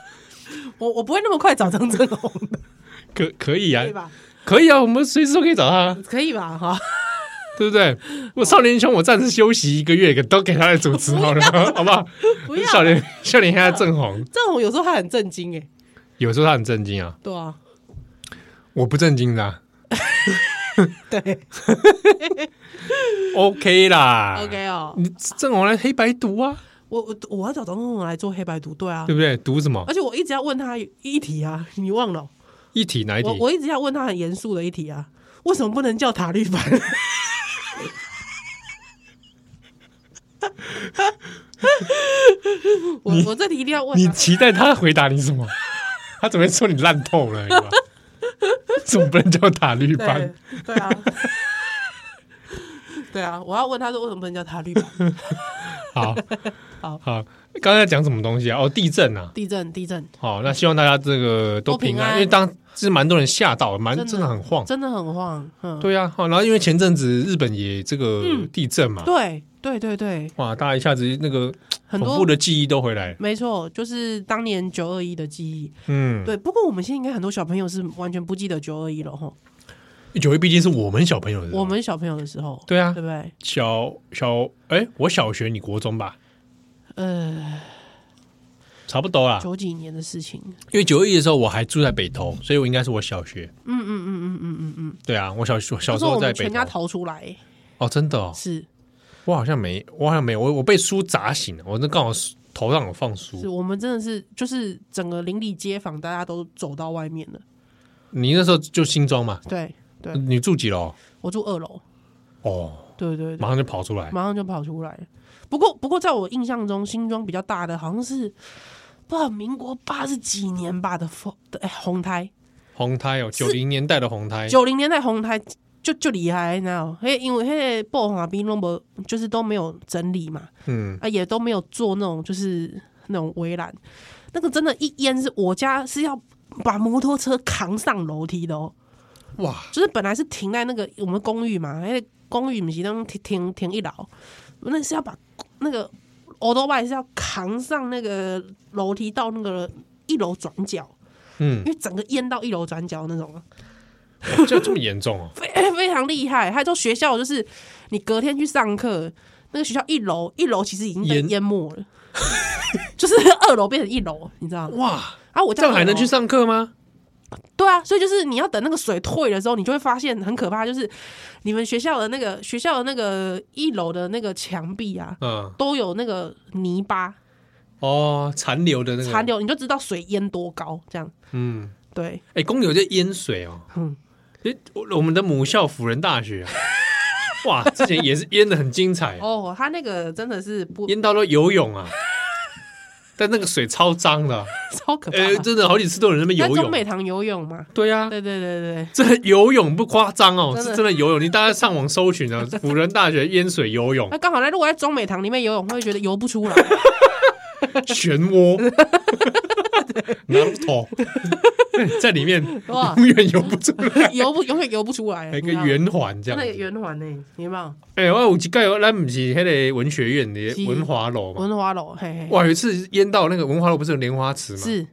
Speaker 2: 我我不会那么快找张正 宏的，
Speaker 1: 可可以啊
Speaker 2: 对吧？
Speaker 1: 可以啊，我们随时都可以找他啊。
Speaker 2: 可以吧？哈，
Speaker 1: 对不对？我少年兄，我暂时休息一个月，给都给他来主持好 了，好不好？
Speaker 2: 不要
Speaker 1: 少年少年现在正红，
Speaker 2: 正宏有时候他很震惊哎，
Speaker 1: 有时候他很震惊啊，
Speaker 2: 对啊，
Speaker 1: 我不震惊的啊、
Speaker 2: 对
Speaker 1: OK 啦。
Speaker 2: ，OK 哦，
Speaker 1: 你正红来黑白读啊，
Speaker 2: 我我我要找张正宏来做黑白读，对啊
Speaker 1: 对，不对？读什么
Speaker 2: 而且我一直要问他一题啊，你忘了哦？
Speaker 1: 一题哪一题
Speaker 2: 我？我一直要问他很严肃的一题啊，为什么不能叫塔利 班？我我这题一定要问啊
Speaker 1: 你
Speaker 2: 他，
Speaker 1: 期待他回答你什么？ 他准备说你烂透了，你知 道吗怎么不能叫塔绿班
Speaker 2: 对？对啊，对啊，我要问他说为什么不能叫塔利班？
Speaker 1: 好
Speaker 2: 好
Speaker 1: 好，刚才讲什么东西啊？哦，地震啊。
Speaker 2: 地震，地震，
Speaker 1: 好，那希望大家这个都
Speaker 2: 都平
Speaker 1: 平安，
Speaker 2: 安
Speaker 1: 因为当是蛮多人吓到，蛮
Speaker 2: 真的
Speaker 1: 真的很晃。
Speaker 2: 真的嗯很晃，嗯，
Speaker 1: 对啊，好，然后因为前阵子日本也这个地震嘛，
Speaker 2: 对对对对，
Speaker 1: 哇，大家一下子那个
Speaker 2: 很
Speaker 1: 恐
Speaker 2: 多
Speaker 1: 怖的记忆都回来了。
Speaker 2: 没错，就是当年九二一的记忆。
Speaker 1: 嗯，
Speaker 2: 对，不过我们现在应该很多小朋友是完全不记得九二一了哈。
Speaker 1: 嗯九一毕竟是啊我们小朋友的时候，
Speaker 2: 我们小朋友的时候，
Speaker 1: 对啊
Speaker 2: 对，不对？
Speaker 1: 小小哎，我小学你国中吧，
Speaker 2: 呃，
Speaker 1: 差不多啦。
Speaker 2: 九几年的事情，
Speaker 1: 因为九一的时候我还住在北投，所以我应该是我小学。
Speaker 2: 嗯嗯嗯嗯嗯嗯嗯，
Speaker 1: 对啊，我小小小
Speaker 2: 那
Speaker 1: 时
Speaker 2: 候
Speaker 1: 候
Speaker 2: 我
Speaker 1: 在
Speaker 2: 们
Speaker 1: 北
Speaker 2: 全家
Speaker 1: 投。
Speaker 2: 逃出来，
Speaker 1: 哦，真的哦，
Speaker 2: 是
Speaker 1: 我好像没，我好像没有，我我被书砸醒了，我那刚好头上有放
Speaker 2: 是，
Speaker 1: 书。
Speaker 2: 我们真的是就是整个邻里街坊大家都走到外面了，
Speaker 1: 你那时候就新庄嘛，
Speaker 2: 对对，
Speaker 1: 你住几楼？
Speaker 2: 我住二楼，
Speaker 1: 哦，
Speaker 2: 对对对
Speaker 1: 马，上就跑出 来。
Speaker 2: 马上就跑出来了。不过不过，在我印象中，新庄比较大的好像是不知道民国八十几年吧的风的哎红胎，
Speaker 1: 红胎哦，九零年代的红胎，
Speaker 2: 九零年代红台就就厉害，你知道？嘿，因为嘿爆红啊兵拢无，就是都没有整理嘛，
Speaker 1: 嗯，
Speaker 2: 啊也都没有做那种就是那种围栏，那个真的，一淹是我家是要把摩托车扛上楼梯的哦。
Speaker 1: 哇，
Speaker 2: 就是本来是停在那个我们公寓嘛，那个公寓不是当停停停一楼，那是要把那个欧多拜是要扛上那个楼梯到那个一楼转角，
Speaker 1: 嗯
Speaker 2: 因，为整个淹到一楼转角那种啊，
Speaker 1: 哇这这么严重哦，
Speaker 2: 非非 常厉害。还有说学校就是你隔天去上课，那个学校一楼一楼其实已经被
Speaker 1: 淹
Speaker 2: 淹没了， 就是二楼变成一楼，你知道吗？
Speaker 1: 哇，
Speaker 2: 啊，我
Speaker 1: 这样还能
Speaker 2: 上。
Speaker 1: 去上课吗？
Speaker 2: 对啊，所以就是你要等那个水退的时候，你就会发现很可怕，就是你们学校的那个学校的那个一楼的那个墙壁啊，
Speaker 1: 嗯，
Speaker 2: 都有那个泥巴
Speaker 1: 哦，残留的那个
Speaker 2: 残，留，你就知道水淹多高。这样
Speaker 1: 嗯，
Speaker 2: 对，
Speaker 1: 哎，公牛在淹水哦，
Speaker 2: 嗯，
Speaker 1: 诶我我们的母校辅仁大学啊，哇，之前也是淹的很精彩，
Speaker 2: 哦，他那个真的是不
Speaker 1: 淹到了游泳啊， 但那个水超脏的啊，
Speaker 2: 超可怕
Speaker 1: 哎，
Speaker 2: 的。
Speaker 1: 真的好几次都有人在那边
Speaker 2: 在
Speaker 1: 游
Speaker 2: 中美
Speaker 1: 泳，
Speaker 2: 堂游泳嘛？
Speaker 1: 对呀，
Speaker 2: 对对对对
Speaker 1: 这游泳不夸张哦，
Speaker 2: 真的
Speaker 1: 是真的游泳。你大家上网搜寻 啊，辅仁大学淹水游泳
Speaker 2: 那刚好呢，如果在中美堂里面游泳，会觉得游不出来，
Speaker 1: 漩 涡，拿头 在里面
Speaker 2: 哇
Speaker 1: 永远游不出 来，
Speaker 2: 游不永远游不出来。
Speaker 1: 还有一个
Speaker 2: 你知道吗
Speaker 1: 圆环这
Speaker 2: 那
Speaker 1: 样
Speaker 2: 个
Speaker 1: 子。
Speaker 2: 圆环呢，你有没有？
Speaker 1: 哎，我有一盖咱不是那个文学院的
Speaker 2: 是
Speaker 1: 文华楼嘛？
Speaker 2: 文华楼，嘿嘿，
Speaker 1: 哇，有一次淹到那个文华楼不是有莲花池嘛？
Speaker 2: 是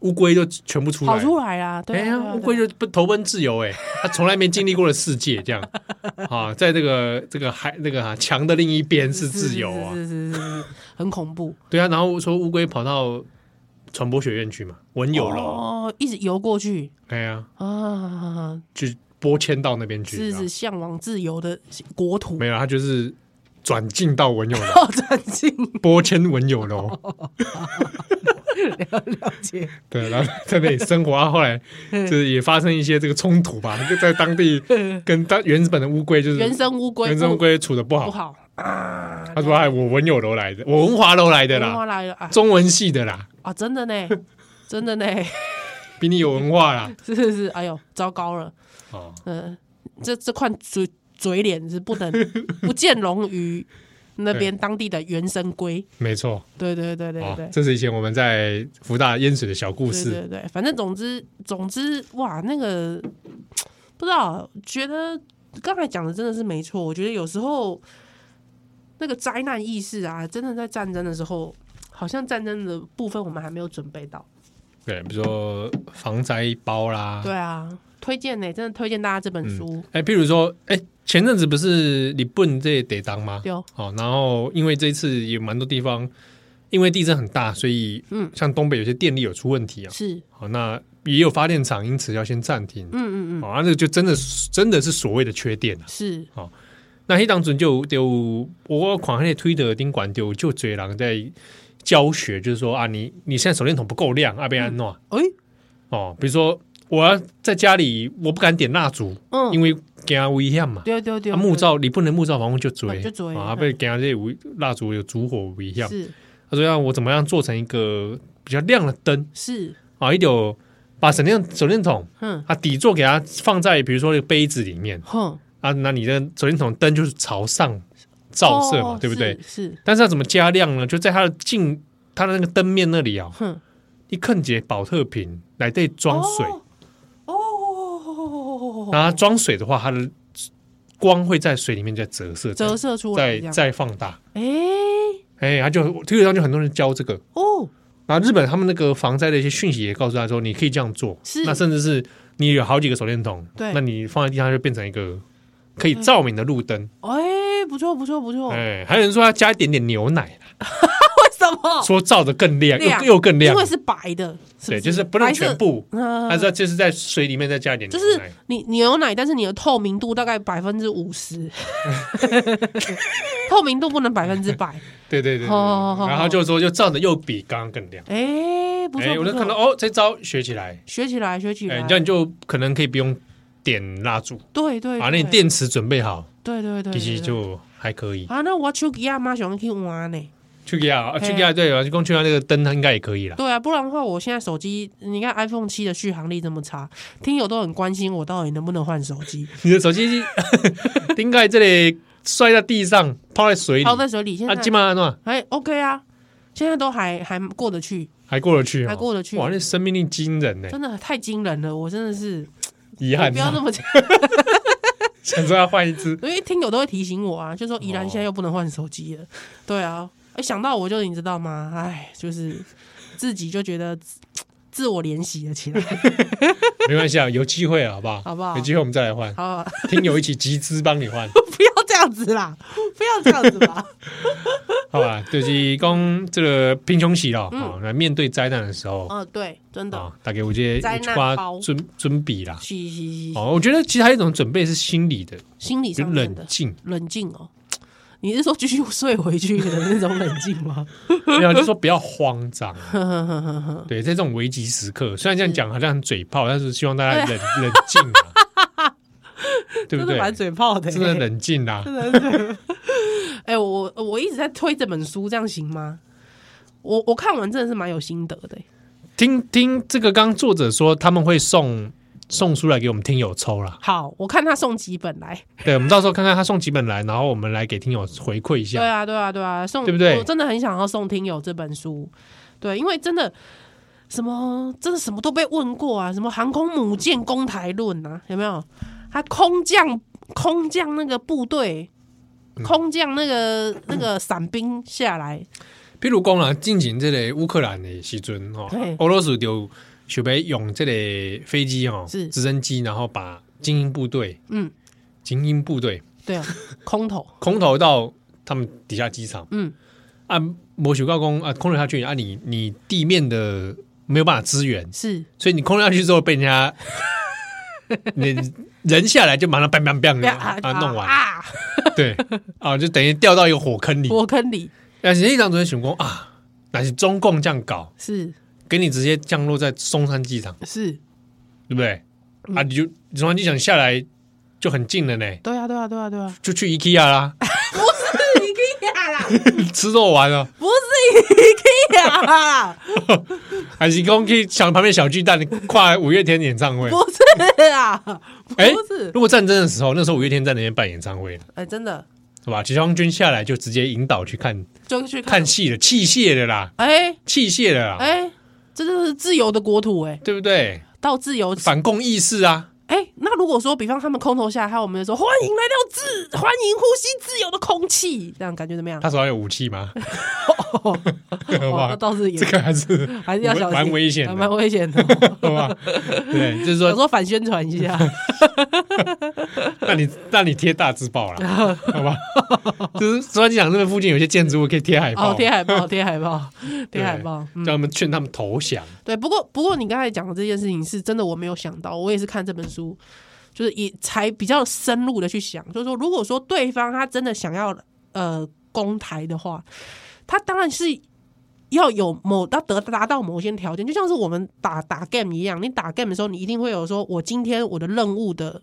Speaker 1: 乌龟就全部出
Speaker 2: 跑
Speaker 1: 来。
Speaker 2: 出来啦，对
Speaker 1: 哎
Speaker 2: 啊，
Speaker 1: 呀
Speaker 2: 对啊，
Speaker 1: 乌
Speaker 2: 对啊
Speaker 1: 龟就不投奔自由哎， 他从来没经历过的世界这样 啊，在这个这个海那个啊墙的另一边是自由啊，
Speaker 2: 是是是是是，很恐怖。
Speaker 1: 对啊，然后说乌龟跑到传播学院去嘛，文友楼，
Speaker 2: 哦，一直游过去
Speaker 1: 哎呀，
Speaker 2: 啊，
Speaker 1: 就拨迁到那边去，
Speaker 2: 是
Speaker 1: 这样
Speaker 2: 是向往自由的国土
Speaker 1: 没，有，他就是转进到文友 楼，
Speaker 2: 到战境
Speaker 1: 拨迁文友楼，
Speaker 2: 了解。
Speaker 1: 对，然后在那里生活，啊后 来
Speaker 2: 嗯
Speaker 1: 就是也发生一些这个冲突吧，就在当地跟当原本的乌龟就是
Speaker 2: 原生乌龟，
Speaker 1: 原生乌龟处的不
Speaker 2: 不
Speaker 1: 好，
Speaker 2: 好啊！
Speaker 1: 他说哎，我文友楼来的，我文华楼来的
Speaker 2: 文
Speaker 1: 啦
Speaker 2: 化，来了啊
Speaker 1: 中文系的啦，
Speaker 2: 啊！真的呢，真的呢，
Speaker 1: 比你有文化啦，
Speaker 2: 是是是，哎呦，糟糕了，
Speaker 1: 哦，
Speaker 2: 嗯，这这块嘴嘴脸是不能不见容于那边当地的原生龟。
Speaker 1: 没错，
Speaker 2: 对对对对
Speaker 1: 哦
Speaker 2: 对，。
Speaker 1: 这是以前我们在福大淹水的小故
Speaker 2: 对
Speaker 1: 事，
Speaker 2: 对对，反正总之总之，哇，那个不知道，觉得刚才讲的真的是没错。我觉得有时候那个灾难意识啊，真的在战争的时候，好像战争的部分我们还没有准备到。
Speaker 1: 对，比如说防灾包啦，
Speaker 2: 对啊，推荐呢、真的推荐大家这本书。
Speaker 1: 哎，譬如说，哎，前阵子不是日本这得当吗？
Speaker 2: 有
Speaker 1: 哦，然后因为这一次也蛮多地方，因为地震很大，所以
Speaker 2: 嗯
Speaker 1: 像东北有些电力有出问题啊，
Speaker 2: 是，
Speaker 1: 好、那也有发电厂因此要先暂停，
Speaker 2: 嗯嗯嗯，
Speaker 1: 好、啊，那个就真的是真的是所谓的缺电啊。
Speaker 2: 是
Speaker 1: 那黑当中就有我狂黑推特顶管丢就嘴狼在教学，就是说啊，你你现在手电筒不够亮，啊，被安诺
Speaker 2: 哎、
Speaker 1: 哦，比如说我要在家里，我不敢点蜡烛，
Speaker 2: 嗯，
Speaker 1: 因为给他危险嘛。
Speaker 2: 对对对，
Speaker 1: 啊，木造你不能木造房屋就
Speaker 2: 哦
Speaker 1: 追，
Speaker 2: 就追
Speaker 1: 啊，
Speaker 2: 嗯
Speaker 1: 被给他这危蜡烛有烛火危
Speaker 2: 对
Speaker 1: 险。
Speaker 2: 是
Speaker 1: 他说啊让我怎么样做成一个比较亮的灯
Speaker 2: 是，
Speaker 1: 啊？一有把手电手电筒
Speaker 2: 哼
Speaker 1: 啊底座给它放在比如说那个杯子里面
Speaker 2: 哼，
Speaker 1: 啊，那你的手电筒灯就是朝上照射嘛，
Speaker 2: 哦
Speaker 1: 对不对？？
Speaker 2: 是是，
Speaker 1: 但是要怎么加亮呢？就在它的镜它的那个灯面那里啊，
Speaker 2: 哼，
Speaker 1: 一看节保特瓶来对装水，
Speaker 2: 哦哦，
Speaker 1: 然后它装水的话，它的光会在水里面再折射，
Speaker 2: 折射出来
Speaker 1: 再
Speaker 2: 这样，
Speaker 1: 再放大。
Speaker 2: 哎、
Speaker 1: 哎，它就推特上就很多人教这个，
Speaker 2: 哦，
Speaker 1: 然后日本他们那个防灾的一些讯息也告诉他说，你可以这样做。
Speaker 2: 是
Speaker 1: 那甚至是你有好几个手电筒，
Speaker 2: 对
Speaker 1: 那你放在地上就变成一个可以照明的路灯。
Speaker 2: 哎，不错不错不错，为
Speaker 1: 哎、还有人说要加一点点牛奶啦，
Speaker 2: 什么？
Speaker 1: 说照的更亮，
Speaker 2: 亮
Speaker 1: 又又更亮
Speaker 2: 因。为是白的，是
Speaker 1: 对，就是不能全，部，
Speaker 2: 白色呃
Speaker 1: 但是就是在水里面再加一点
Speaker 2: 就
Speaker 1: 牛
Speaker 2: 是
Speaker 1: 奶。
Speaker 2: 你你牛奶，但是你的透明度大概百分之五十， 透明度不能百分之百。
Speaker 1: 对对对对
Speaker 2: 好好好
Speaker 1: 对。然后就说就照的又比刚刚更亮。
Speaker 2: 哎，不
Speaker 1: 哎、
Speaker 2: 错，
Speaker 1: 我就
Speaker 2: 不错
Speaker 1: 看到哦，这招学起来，
Speaker 2: 学起来学起
Speaker 1: 哎、
Speaker 2: 来，
Speaker 1: 这样你就可能可以不用点蜡烛，
Speaker 2: 对对，
Speaker 1: 把那你
Speaker 2: 对，
Speaker 1: 电池准备好，
Speaker 2: 对对对，
Speaker 1: 其实
Speaker 2: 对
Speaker 1: 就还可以。
Speaker 2: 啊，那我手机啊，妈想去玩呢。
Speaker 1: 去给啊，
Speaker 2: 嘿
Speaker 1: 去给啊，对啊，就光去啊，那个灯它应该也可以啦。
Speaker 2: 对啊，不然的话，我现在手机，你看 iPhone 七的续航力这么差，听友都很关心我到底能不能换手 机，
Speaker 1: 你的手机应该这里摔到地上，泡在水里，
Speaker 2: 泡
Speaker 1: 啊，
Speaker 2: 在水里。现在
Speaker 1: 基本上
Speaker 2: 哎，OK 啊，现在都还还过得去，
Speaker 1: 还过得去、哦，
Speaker 2: 还过得去
Speaker 1: 哇，那生命力惊人呢，
Speaker 2: 真的太惊人了，我真 的是
Speaker 1: 遗憾、啊，
Speaker 2: 不要那么讲，
Speaker 1: 想说要换一只，
Speaker 2: 因为听友都会提醒我啊，就
Speaker 1: 哦
Speaker 2: 说宜兰现在又不能换手机了，对啊，哎想到我就你知道吗？哎，就是自己就觉得自自我怜惜了起来，
Speaker 1: 没关系啊，有机会啊，好不好？
Speaker 2: 好不好
Speaker 1: 有机会我们再来 换，
Speaker 2: 好啊，
Speaker 1: 听友一起集资帮你换，
Speaker 2: 不要这样子啦， 不要这样子吧，
Speaker 1: 好吧？就是讲这个贫穷期了啊，来面对灾难的时候啊，
Speaker 2: 哦，对，嗯真的，
Speaker 1: 大概我觉得
Speaker 2: 灾难包
Speaker 1: 准准备啦。
Speaker 2: 嘻嘻嘻，
Speaker 1: 哦，我觉得其实还有一种准备是心理的，
Speaker 2: 心理
Speaker 1: 就
Speaker 2: 上面
Speaker 1: 冷
Speaker 2: 的
Speaker 1: 静，
Speaker 2: 冷静哦。你是说继续睡回去的那种冷静吗？
Speaker 1: 没啊有就 说不要慌张。
Speaker 2: 呵呵呵呵呵，
Speaker 1: 对，在这种危急时刻，虽然这样讲好像很嘴炮，但是希望大家冷 冷静啊， 对不
Speaker 2: 真的
Speaker 1: 对？
Speaker 2: 蛮嘴炮的、欸，
Speaker 1: 真的冷静啊啦、
Speaker 2: 哎、我我一直在推这本书，这样行吗？我我看完真的是蛮有心得的、欸
Speaker 1: 听听这个，刚刚作者说他们会送送书来给我们听友抽啦。
Speaker 2: 好，我看他送几本来。
Speaker 1: 对，我们到时候看看他送几本来，然后我们来给听友回馈一
Speaker 2: 对
Speaker 1: 下。
Speaker 2: 啊，对啊，对啊，送
Speaker 1: 对不对
Speaker 2: 我真的很想要送听友这本书，对，因为真的什么真的什么都被问过啊，什么航空母舰攻台论啊，有没有？他空降空降那个部队，
Speaker 1: 嗯
Speaker 2: 空降那个、那个伞兵下来，
Speaker 1: 譬如讲啦，进行这个乌克兰的时阵哦
Speaker 2: 对，
Speaker 1: 俄罗斯就准备用这个飞机哦，
Speaker 2: 是
Speaker 1: 直升机，然后把精英部队、
Speaker 2: 嗯，
Speaker 1: 精英部队
Speaker 2: 对 啊，空投，
Speaker 1: 空投到他们底下机场。
Speaker 2: 嗯，
Speaker 1: 啊，魔球高工啊，空了下去啊你，你地面的没有办法支援，
Speaker 2: 是
Speaker 1: 所以你空了下去之后被人 家，你人下来就马上 bang bang bang 啊弄完，
Speaker 2: 啊，
Speaker 1: 对啊，就等于掉到一个火坑里。
Speaker 2: 火坑里
Speaker 1: 但是那场主任选工啊，那是中共这样搞，
Speaker 2: 是
Speaker 1: 给你直接降落在松山机场，
Speaker 2: 是，
Speaker 1: 对不对？
Speaker 2: 嗯
Speaker 1: 啊，你就松山机场下来就很近了呢，
Speaker 2: 对啊，对啊，对啊，对啊，
Speaker 1: 就去 IKEA 啦，
Speaker 2: 不是
Speaker 1: 啊
Speaker 2: IKEA 啦，
Speaker 1: 吃肉丸了，
Speaker 2: 不是 IKEA 啊啦。
Speaker 1: 还是讲去小旁边小巨蛋跨五月天演唱会。
Speaker 2: 不是啊，
Speaker 1: 哎、
Speaker 2: 不是，
Speaker 1: 如果战争的时候，那时候五月天在那边办演唱会了，
Speaker 2: 哎、真的
Speaker 1: 是吧？解放军下来就直接引导去看
Speaker 2: 就去看
Speaker 1: 看，戏了，器械的啦，
Speaker 2: 哎
Speaker 1: 器械的啦，
Speaker 2: 哎、这就是自由的国土、哎，
Speaker 1: 对不对？
Speaker 2: 到自由，
Speaker 1: 反共意识啊，
Speaker 2: 哎、那如果说，比方他们空投下来，还有我们就说欢迎来到自，欢迎呼吸自由的空气，这样感觉怎么样？
Speaker 1: 他手上有武器吗？ 好
Speaker 2: 哦，
Speaker 1: 吧
Speaker 2: 那，倒是也
Speaker 1: 这个还是
Speaker 2: 还是要小心，
Speaker 1: 蛮危险
Speaker 2: 还
Speaker 1: 的，
Speaker 2: 蛮危险 的。
Speaker 1: 好吧？对，就是
Speaker 2: 想
Speaker 1: 说，
Speaker 2: 说反宣传一下，
Speaker 1: 那你那你贴大字报 啦，好吧？就是松山机场那边附近有些建筑物可以贴海报，
Speaker 2: 哦，贴海报，贴海报，贴
Speaker 1: 对
Speaker 2: 海报。嗯
Speaker 1: 叫他们劝他们投降。
Speaker 2: 对，不过不过你刚才讲的这件事情是真的，我没有想到，我也是看这本书，就是也才比较深入的去想，就是说，如果说对方他真的想要呃攻台的话，他当然是要有某要得达到某些条件，就像是我们打打 game 一样，你打 game 的时候，你一定会有说，我今天我的任务的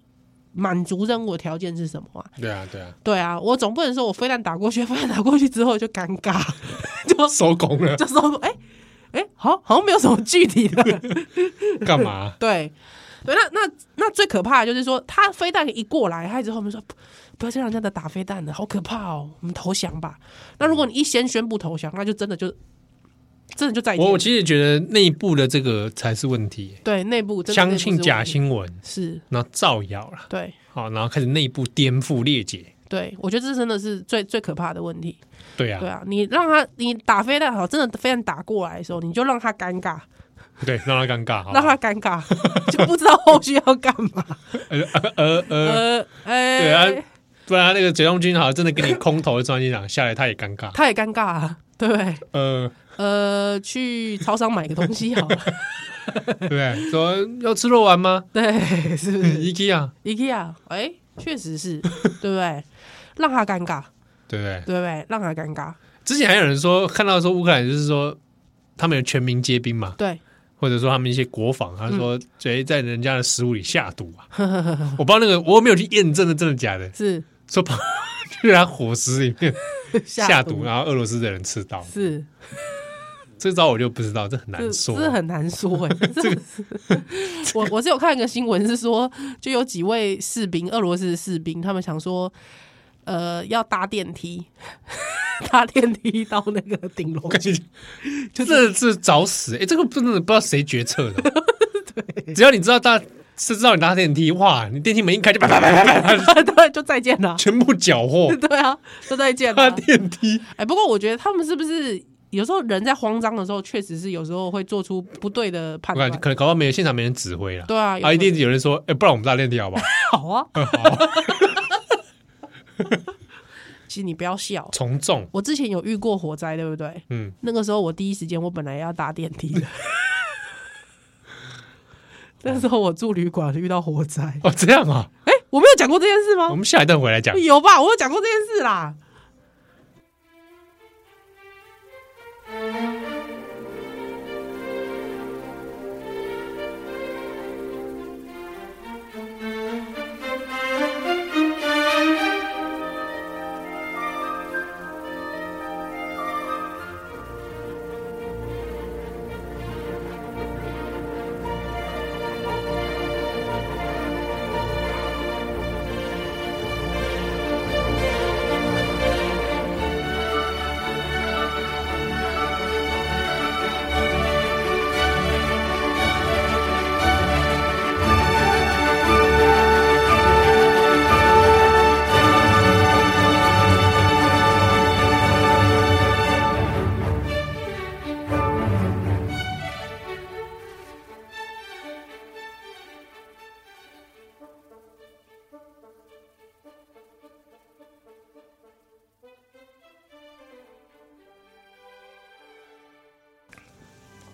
Speaker 2: 满足任务的条件是什么啊？
Speaker 1: 对啊，对啊，
Speaker 2: 对啊，我总不能说我飞弹打过去，飞弹打过去之后就尴尬，就
Speaker 1: 收工 了，
Speaker 2: 就说哎哎、好好像没有什么具 体的。
Speaker 1: 干 嘛？
Speaker 2: 对，对，那那那最可怕的就是说，他飞弹一过来，他一直后面说不不要再让人家的打飞弹了，好可怕哦，我们投降吧。那如果你一先宣布投降，那就真的就真的就再见
Speaker 1: 我我其实觉得内部的这个才是问题、
Speaker 2: 对内部真的内
Speaker 1: 相
Speaker 2: 部
Speaker 1: 信
Speaker 2: 是
Speaker 1: 假
Speaker 2: 问题
Speaker 1: 新闻，
Speaker 2: 是，
Speaker 1: 然后造谣了，
Speaker 2: 对
Speaker 1: 好，然后开始内部颠覆裂解，
Speaker 2: 对，我觉得这真的是最最可怕的问题。
Speaker 1: 对啊
Speaker 2: 对，啊，你让他你打飞弹好，真的飞弹打过来的时候，你就让他尴尬，哎
Speaker 1: 对，让他尴尬，好吧
Speaker 2: 让他尴尬， 就不知道后续要干嘛。
Speaker 1: 呃呃 呃，
Speaker 2: 呃，哎、
Speaker 1: 对啊不然那个解放军好像真的给你空投的专机长下来，他也尴尬，
Speaker 2: 他也尴尬、啊， 对不对？
Speaker 1: 呃，
Speaker 2: 呃，去超商买个东西好了。
Speaker 1: 对不对，说要吃肉丸吗啊
Speaker 2: 对，是不是
Speaker 1: ？IKEA，
Speaker 2: ？IKEA，哎、确实是，对不对？让他尴尬，
Speaker 1: 对不对？
Speaker 2: 对不对？让他尴尬，
Speaker 1: 之前还有人说看到说乌克兰就是说他们有全民皆兵嘛，
Speaker 2: 对，
Speaker 1: 或者说他们一些国防，他说谁在人家的食物里下毒 啊？我不知道那个我没有去验证的真的假的，
Speaker 2: 是
Speaker 1: 说跑 去他伙食里面下毒，啊
Speaker 2: 毒
Speaker 1: 然后俄罗斯的人吃到，
Speaker 2: 是
Speaker 1: 这招我就不知道，这很难
Speaker 2: 是
Speaker 1: 说。
Speaker 2: 是很难说 哎、这个我我是有看一个新闻是说，就有几位士兵，俄罗斯的士兵，他们想说，呃，要搭电梯， 搭电梯到那个顶楼
Speaker 1: 我感觉 这是找死！哎、这个真的不知道谁决策的。只要你知道搭，是知道你搭电梯，哇，你电梯门一开就啪啪啪啪啪，
Speaker 2: 啊， 对，就再见了。
Speaker 1: 全部缴 获
Speaker 2: 对啊，就再见
Speaker 1: 搭
Speaker 2: 了。
Speaker 1: 电 梯。
Speaker 2: 哎，不过我觉得他们是不是有时候人在慌张的时候，确实是有时候会做出不对的判
Speaker 1: 我
Speaker 2: 断
Speaker 1: 感觉。可能搞到没有现场没人指挥了。
Speaker 2: 对啊，有
Speaker 1: 啊，一
Speaker 2: 可能
Speaker 1: 定有人说，哎、不然我们搭电梯好不好？
Speaker 2: 好啊。
Speaker 1: 嗯好，
Speaker 2: 其实你不要笑，
Speaker 1: 从众，
Speaker 2: 我之前有遇过火灾，对不对？
Speaker 1: 嗯，
Speaker 2: 那个时候我第一时间我本来要搭电梯 的，那时候我住旅馆遇到火灾，
Speaker 1: 哦，这样啊，
Speaker 2: 哎、我没有讲过这件事
Speaker 1: 我
Speaker 2: 吗？
Speaker 1: 们下一段回来讲。
Speaker 2: 有吧，我有讲过这件事啦。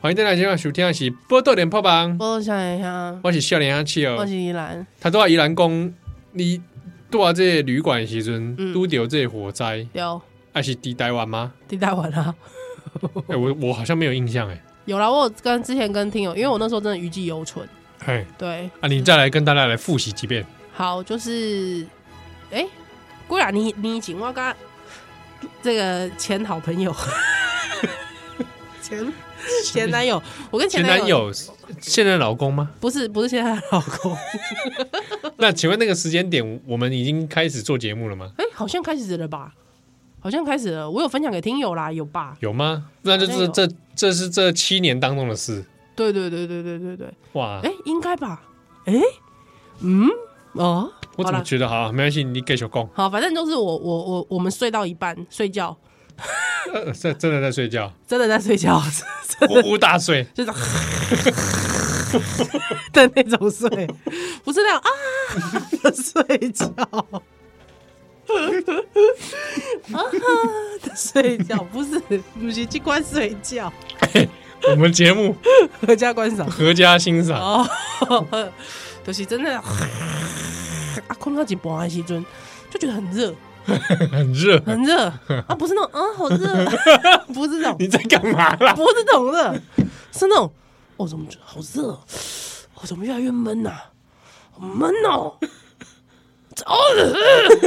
Speaker 1: 欢迎大家今晚收听的是《波豆脸破榜》，
Speaker 2: 我想一下，
Speaker 1: 我是笑脸阿七
Speaker 2: 我
Speaker 1: 哦
Speaker 2: 是。依兰，
Speaker 1: 他都在宜兰讲，你住到这个旅馆的时阵，
Speaker 2: 嗯
Speaker 1: 拄到这个火灾，
Speaker 2: 有
Speaker 1: 还是伫台湾 吗？
Speaker 2: 地带完啦。
Speaker 1: 哎、我我好像没有印象哎。
Speaker 2: 有啦，我有跟之前跟听友，因为我那时候真的余悸犹存。
Speaker 1: 哎，
Speaker 2: 对，
Speaker 1: 啊，你再来跟大家来复习几 遍。
Speaker 2: 好，就是，哎、过来你你请我跟这个前好 朋友，前前男友，我跟前
Speaker 1: 前
Speaker 2: 男友
Speaker 1: 男友现任老公吗？
Speaker 2: 不是不是现在的老公，
Speaker 1: 那请问那个时间点，我们已经开始做节目了吗？
Speaker 2: 哎、好像开始了吧？好像开始了，我有分享给听友啦，有吧？
Speaker 1: 有吗？那就
Speaker 2: 好像
Speaker 1: 是
Speaker 2: 有
Speaker 1: 这这是这七年当中的事
Speaker 2: 对对对对对对对，
Speaker 1: 哇
Speaker 2: 哎、！应该吧？哎、嗯，哦，
Speaker 1: 我
Speaker 2: 好
Speaker 1: 怎么
Speaker 2: 啦，
Speaker 1: 觉得好？没关系，你继续讲。
Speaker 2: 好，反正就是我我我我们睡到一半睡觉，
Speaker 1: 呃，在真的在睡觉，
Speaker 2: 真的在睡觉，
Speaker 1: 呼呼大睡。
Speaker 2: 就是 的那种睡， 不是那种啊的睡觉，啊的啊睡觉，不是不是去关睡觉，
Speaker 1: 我们节目
Speaker 2: 合家观赏
Speaker 1: 合家欣赏，
Speaker 2: 哦， 就是真的啊，困到一半的时阵就觉得很热，
Speaker 1: 很热。
Speaker 2: 很热啊，不是那种啊好 热，不是那种
Speaker 1: 你在干嘛 啦？
Speaker 2: 不是懂的，是那种哦，怎么觉得好热哦？哦，怎么越来越闷呐、好闷哦！哦，呃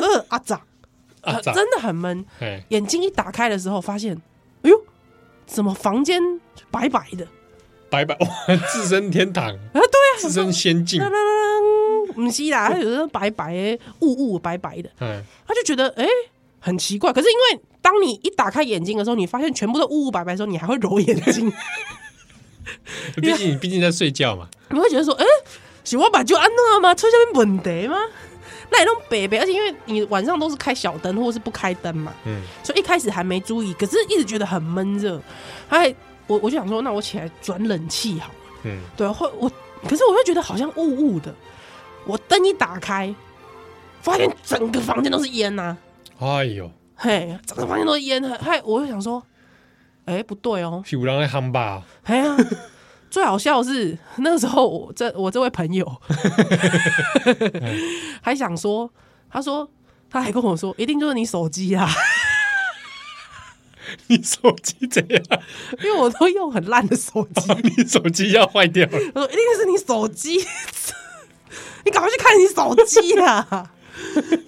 Speaker 2: 呃阿长，
Speaker 1: 啊，
Speaker 2: 呃
Speaker 1: 咋
Speaker 2: 真的很闷。
Speaker 1: 哎，
Speaker 2: 眼睛一打开的时候，发现，哎呦，怎么房间白白的？啊
Speaker 1: 拜拜， 哇，自身天堂，
Speaker 2: 啊，对啊，
Speaker 1: 自身仙 境
Speaker 2: 当，当当，不是啦，它有时候白白的，雾雾白白的，
Speaker 1: 哎，
Speaker 2: 他就觉得哎、诶很奇怪。可是因为当你一打开眼睛的时候，你发现全部都雾雾白白的时候，你还会揉眼睛。
Speaker 1: 毕竟你毕竟在睡觉嘛，
Speaker 2: 你会觉得说，哎、是我把酒安弄了吗？出现问题吗？那也弄北北，而且因为你晚上都是开小灯或者是不开灯嘛，
Speaker 1: 嗯，
Speaker 2: 所以一开始还没注意，可是一直觉得很闷热。哎，我我就想说，那我起来转冷气好了。
Speaker 1: 嗯，
Speaker 2: 对啊，会我，可是我又觉得好像雾雾的。我灯一打开，发现整个房间都是烟呐、
Speaker 1: 哎呦，
Speaker 2: 嘿，整个房间都是烟。嗨，我就想说，哎、不对哦，
Speaker 1: 是有人在夯吧？
Speaker 2: 哎呀，最好笑的是那个时候我这我这位朋友还想说，他说他还跟我说，一定就是你手机啊，
Speaker 1: 你手机怎 样？
Speaker 2: 因为我都用很烂的手机。
Speaker 1: 你手机要坏掉了？
Speaker 2: 他说一定是你手机， 你赶快去看你手机啊！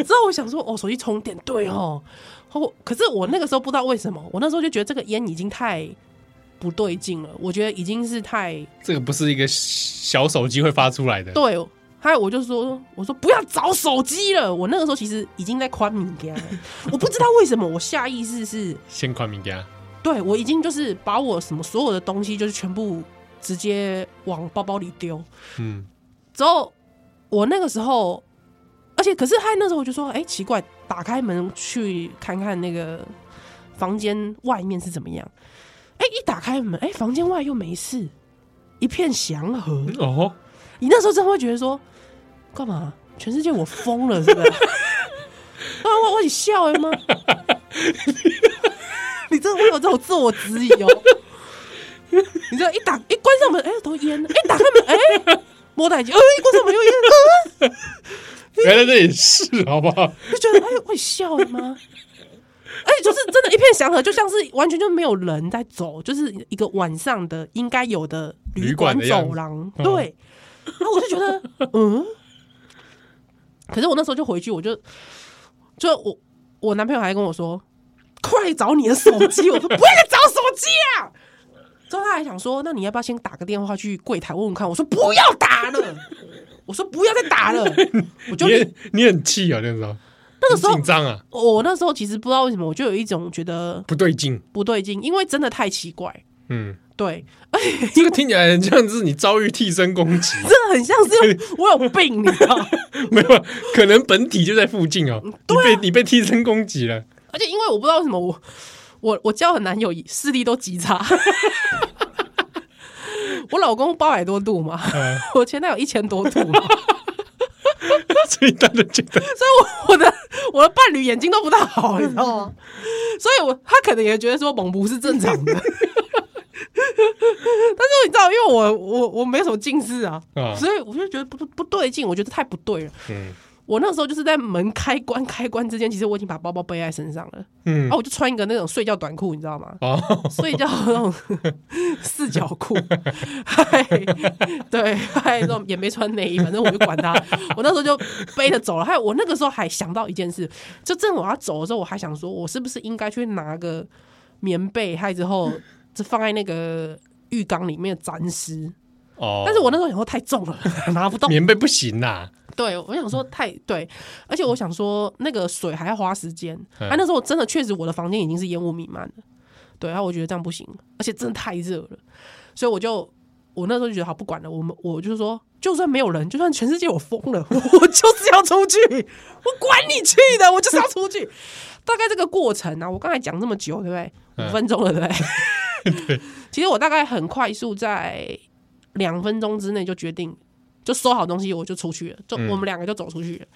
Speaker 2: 之后我想说，哦，手机充电，对哦。后可是我那个时候不知道为什么，我那时候就觉得这个烟已经太不对劲了，我觉得已经是太
Speaker 1: 这个不是一个小手机会发出来的，
Speaker 2: 对，还有我就说，我说不要找手机了。我那个时候其实已经在宽米家了，我不知道为什么，我下意识是
Speaker 1: 先宽明给他，
Speaker 2: 对我已经就是把我什么所有的东西就是全部直接往包包里丢。
Speaker 1: 嗯，
Speaker 2: 之后我那个时候，而且可是他那时候我就说，哎、奇怪，打开门去看看那个房间外面是怎么样。哎、一打开门，哎、房间外又没事，一片祥和。
Speaker 1: 哦吼，
Speaker 2: 你那时候真的会觉得说，干嘛？全世界我疯了是不是？啊，我我你笑了吗？ 你真的会有这种自我质疑哦？你知道一打一关上门，哎、都烟了；一打开门，哎、摸大机，哎、一关上门又烟，啊
Speaker 1: 原来这也是，好不好？
Speaker 2: 就觉得哎，会笑了吗？哎，就是真的，一片祥和，就像是完全就没有人在走，就是一个晚上的应该有的
Speaker 1: 旅馆
Speaker 2: 馆
Speaker 1: 的样子
Speaker 2: 走廊。
Speaker 1: 嗯
Speaker 2: 对，然后我就觉得，嗯，可是我那时候就回去，我就就我我男朋友还跟我说，快找你的手机，我说不要再找手机啊。之后他还想说，那你要不要先打个电话去柜台问问看？我说不要打了，我说不要再打了，我就
Speaker 1: 你也你很气啊，那时候，
Speaker 2: 那个时候
Speaker 1: 很紧张啊，
Speaker 2: 我那时候其实不知道为什么，我就有一种觉得
Speaker 1: 不对劲，
Speaker 2: 不对劲，因为真的太奇怪。
Speaker 1: 嗯，
Speaker 2: 对，
Speaker 1: 这个听起来很像是你遭遇替身攻击，
Speaker 2: 真的很像是 我有病，你知道吗？
Speaker 1: 没有，可能本体就在附近
Speaker 2: 嗯
Speaker 1: 哦，你被
Speaker 2: 啊
Speaker 1: 你被替身攻击了，
Speaker 2: 而且因为我不知道为什么我我我交的男友视力都极差， 我老公八百多度嘛，
Speaker 1: 嗯
Speaker 2: 我前男友一千多度嘛， 所
Speaker 1: 所以大家觉 得
Speaker 2: 以我我的我的伴侣眼睛都不大好，你知道吗？所以我他可能也觉得说猛不是正常的。 但是你知道，因为我我我没什么近视啊，
Speaker 1: 啊，
Speaker 2: 所以我就觉得不不不对劲，我觉得太不对了。
Speaker 1: 嗯
Speaker 2: 我那时候就是在门开关开关之间，其实我已经把包包背在身上了，
Speaker 1: 嗯？
Speaker 2: 然后，我就穿一个那种睡觉短裤，你知道吗
Speaker 1: 哦，
Speaker 2: 睡觉那种四角 裤，嗨，对，嗨，那种也没穿内衣，反正我就管他。我那时候就背着走了。还有我那个时候还想到一件事，就正我要走的时候，我还想说，我是不是应该去拿个棉被，还之后就放在那个浴缸里面沾湿？
Speaker 1: 哦，
Speaker 2: 但是我那时候想说太重了， 拿不动。
Speaker 1: 棉被不行啦，
Speaker 2: 对，我想说太对，而且我想说那个水还要花时间。
Speaker 1: 嗯
Speaker 2: 啊，那时候真的确实我的房间已经是烟雾弥漫了，对，然后我觉得这样不行，而且真的太热了，所以我就我那时候就觉得好不管了，我们我就是说，就算没有人，就算全世界我疯了，我 我就是要出去，我管你去的，我就是要出去。大概这个过程啊，我刚才讲这么久，对不对？
Speaker 1: 嗯
Speaker 2: 五分钟了，对不对？其实我大概很快速在两分钟之内就决定，就收好东西我就出去了，就
Speaker 1: 嗯
Speaker 2: 我们两个就走出去了。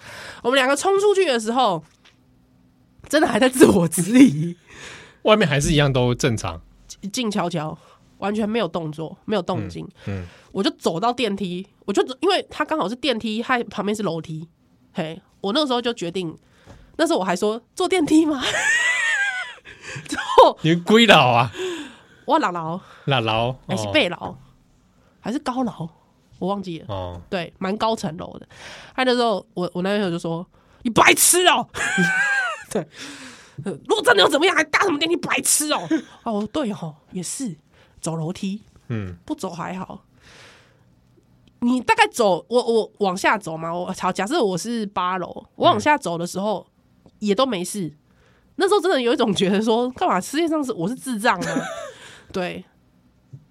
Speaker 2: 我们两个冲出去的时候，真的还在自我质疑，
Speaker 1: 外面还是一样都正常，
Speaker 2: 静悄悄，完全没有动作，没有动静。
Speaker 1: 嗯
Speaker 2: 我就走到电梯，我就走因为它刚好是电梯，它旁边是楼梯。嘿，我那个时候就决定，那时候我还说坐电梯吗？之后
Speaker 1: 你龟老啊，
Speaker 2: 我老牢
Speaker 1: 老老哦
Speaker 2: 还是背牢，还是高牢，我忘记了。
Speaker 1: 哦，
Speaker 2: 对，蛮高层楼的。他那时候，我我男朋友就说：“你白痴哦、 对，呃如果真的要怎么样，还搭什么电梯？白痴哦、哦，对哦，也是，走楼梯
Speaker 1: 嗯
Speaker 2: 不走还好。你大概走，我我往下走嘛，我好，假设我是八楼，我往下走的时候、也都没事。那时候真的有一种觉得说，干嘛世界上是我是智障吗？ 对，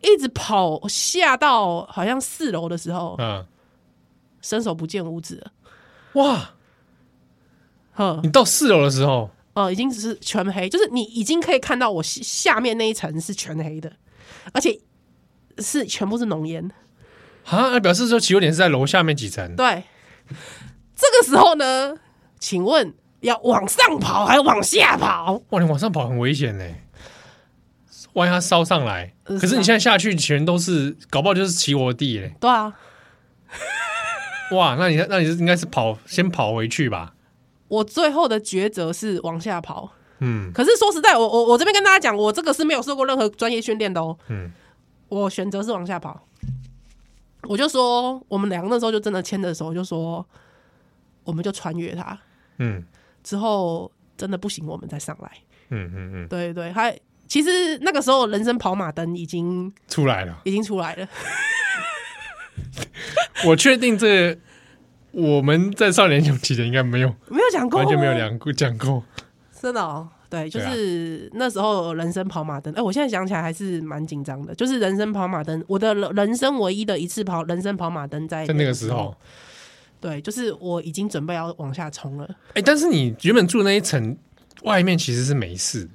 Speaker 2: 一直跑下到好像四楼的时候，
Speaker 1: 嗯，
Speaker 2: 伸手不见五指了，
Speaker 1: 哇，
Speaker 2: 哼，
Speaker 1: 你到四楼的时候，
Speaker 2: 呃，已经只是全黑，就是你已经可以看到我下下面那一层是全黑的，而且是全部是浓烟。
Speaker 1: 啊，表示说起火点是在楼下面几层，
Speaker 2: 对，这个时候呢，请问要往上跑还是往下跑？
Speaker 1: 哇，你往上跑很危险呢，万一它烧上来，
Speaker 2: 呃
Speaker 1: 可是你
Speaker 2: 是
Speaker 1: 现在下去全都是，搞不好就是起火地嘞，
Speaker 2: 对啊，
Speaker 1: 哇，那你那你应该是跑先跑回去吧，
Speaker 2: 我最后的抉择是往下跑。
Speaker 1: 嗯
Speaker 2: 可是说实在，我我我这边跟大家讲，我这个是没有受过任何专业训练的哦。
Speaker 1: 嗯，
Speaker 2: 我选择是往下跑。我就说，我们两个那时候就真的牵着手，就说我们就穿越它。
Speaker 1: 嗯
Speaker 2: 之后真的不行，我们再上来。
Speaker 1: 嗯嗯嗯，
Speaker 2: 对对，还其实那个时候人生跑马灯已经
Speaker 1: 出来了。
Speaker 2: 已经出来了，
Speaker 1: 我确定这我们在少年勇期间应该没有，
Speaker 2: 没有讲过，
Speaker 1: 完全没有讲过讲过。
Speaker 2: 真的哦，对，就
Speaker 1: 对啊
Speaker 2: 是那时候人生跑马灯，哎、我现在想起来还是蛮紧张的。就是人生跑马灯，我的人人生唯一的一次跑人生跑马灯在
Speaker 1: 在那个时候，，
Speaker 2: 对，就是我已经准备要往下冲了，
Speaker 1: 哎、但是你原本住那一层外面其实是没事的，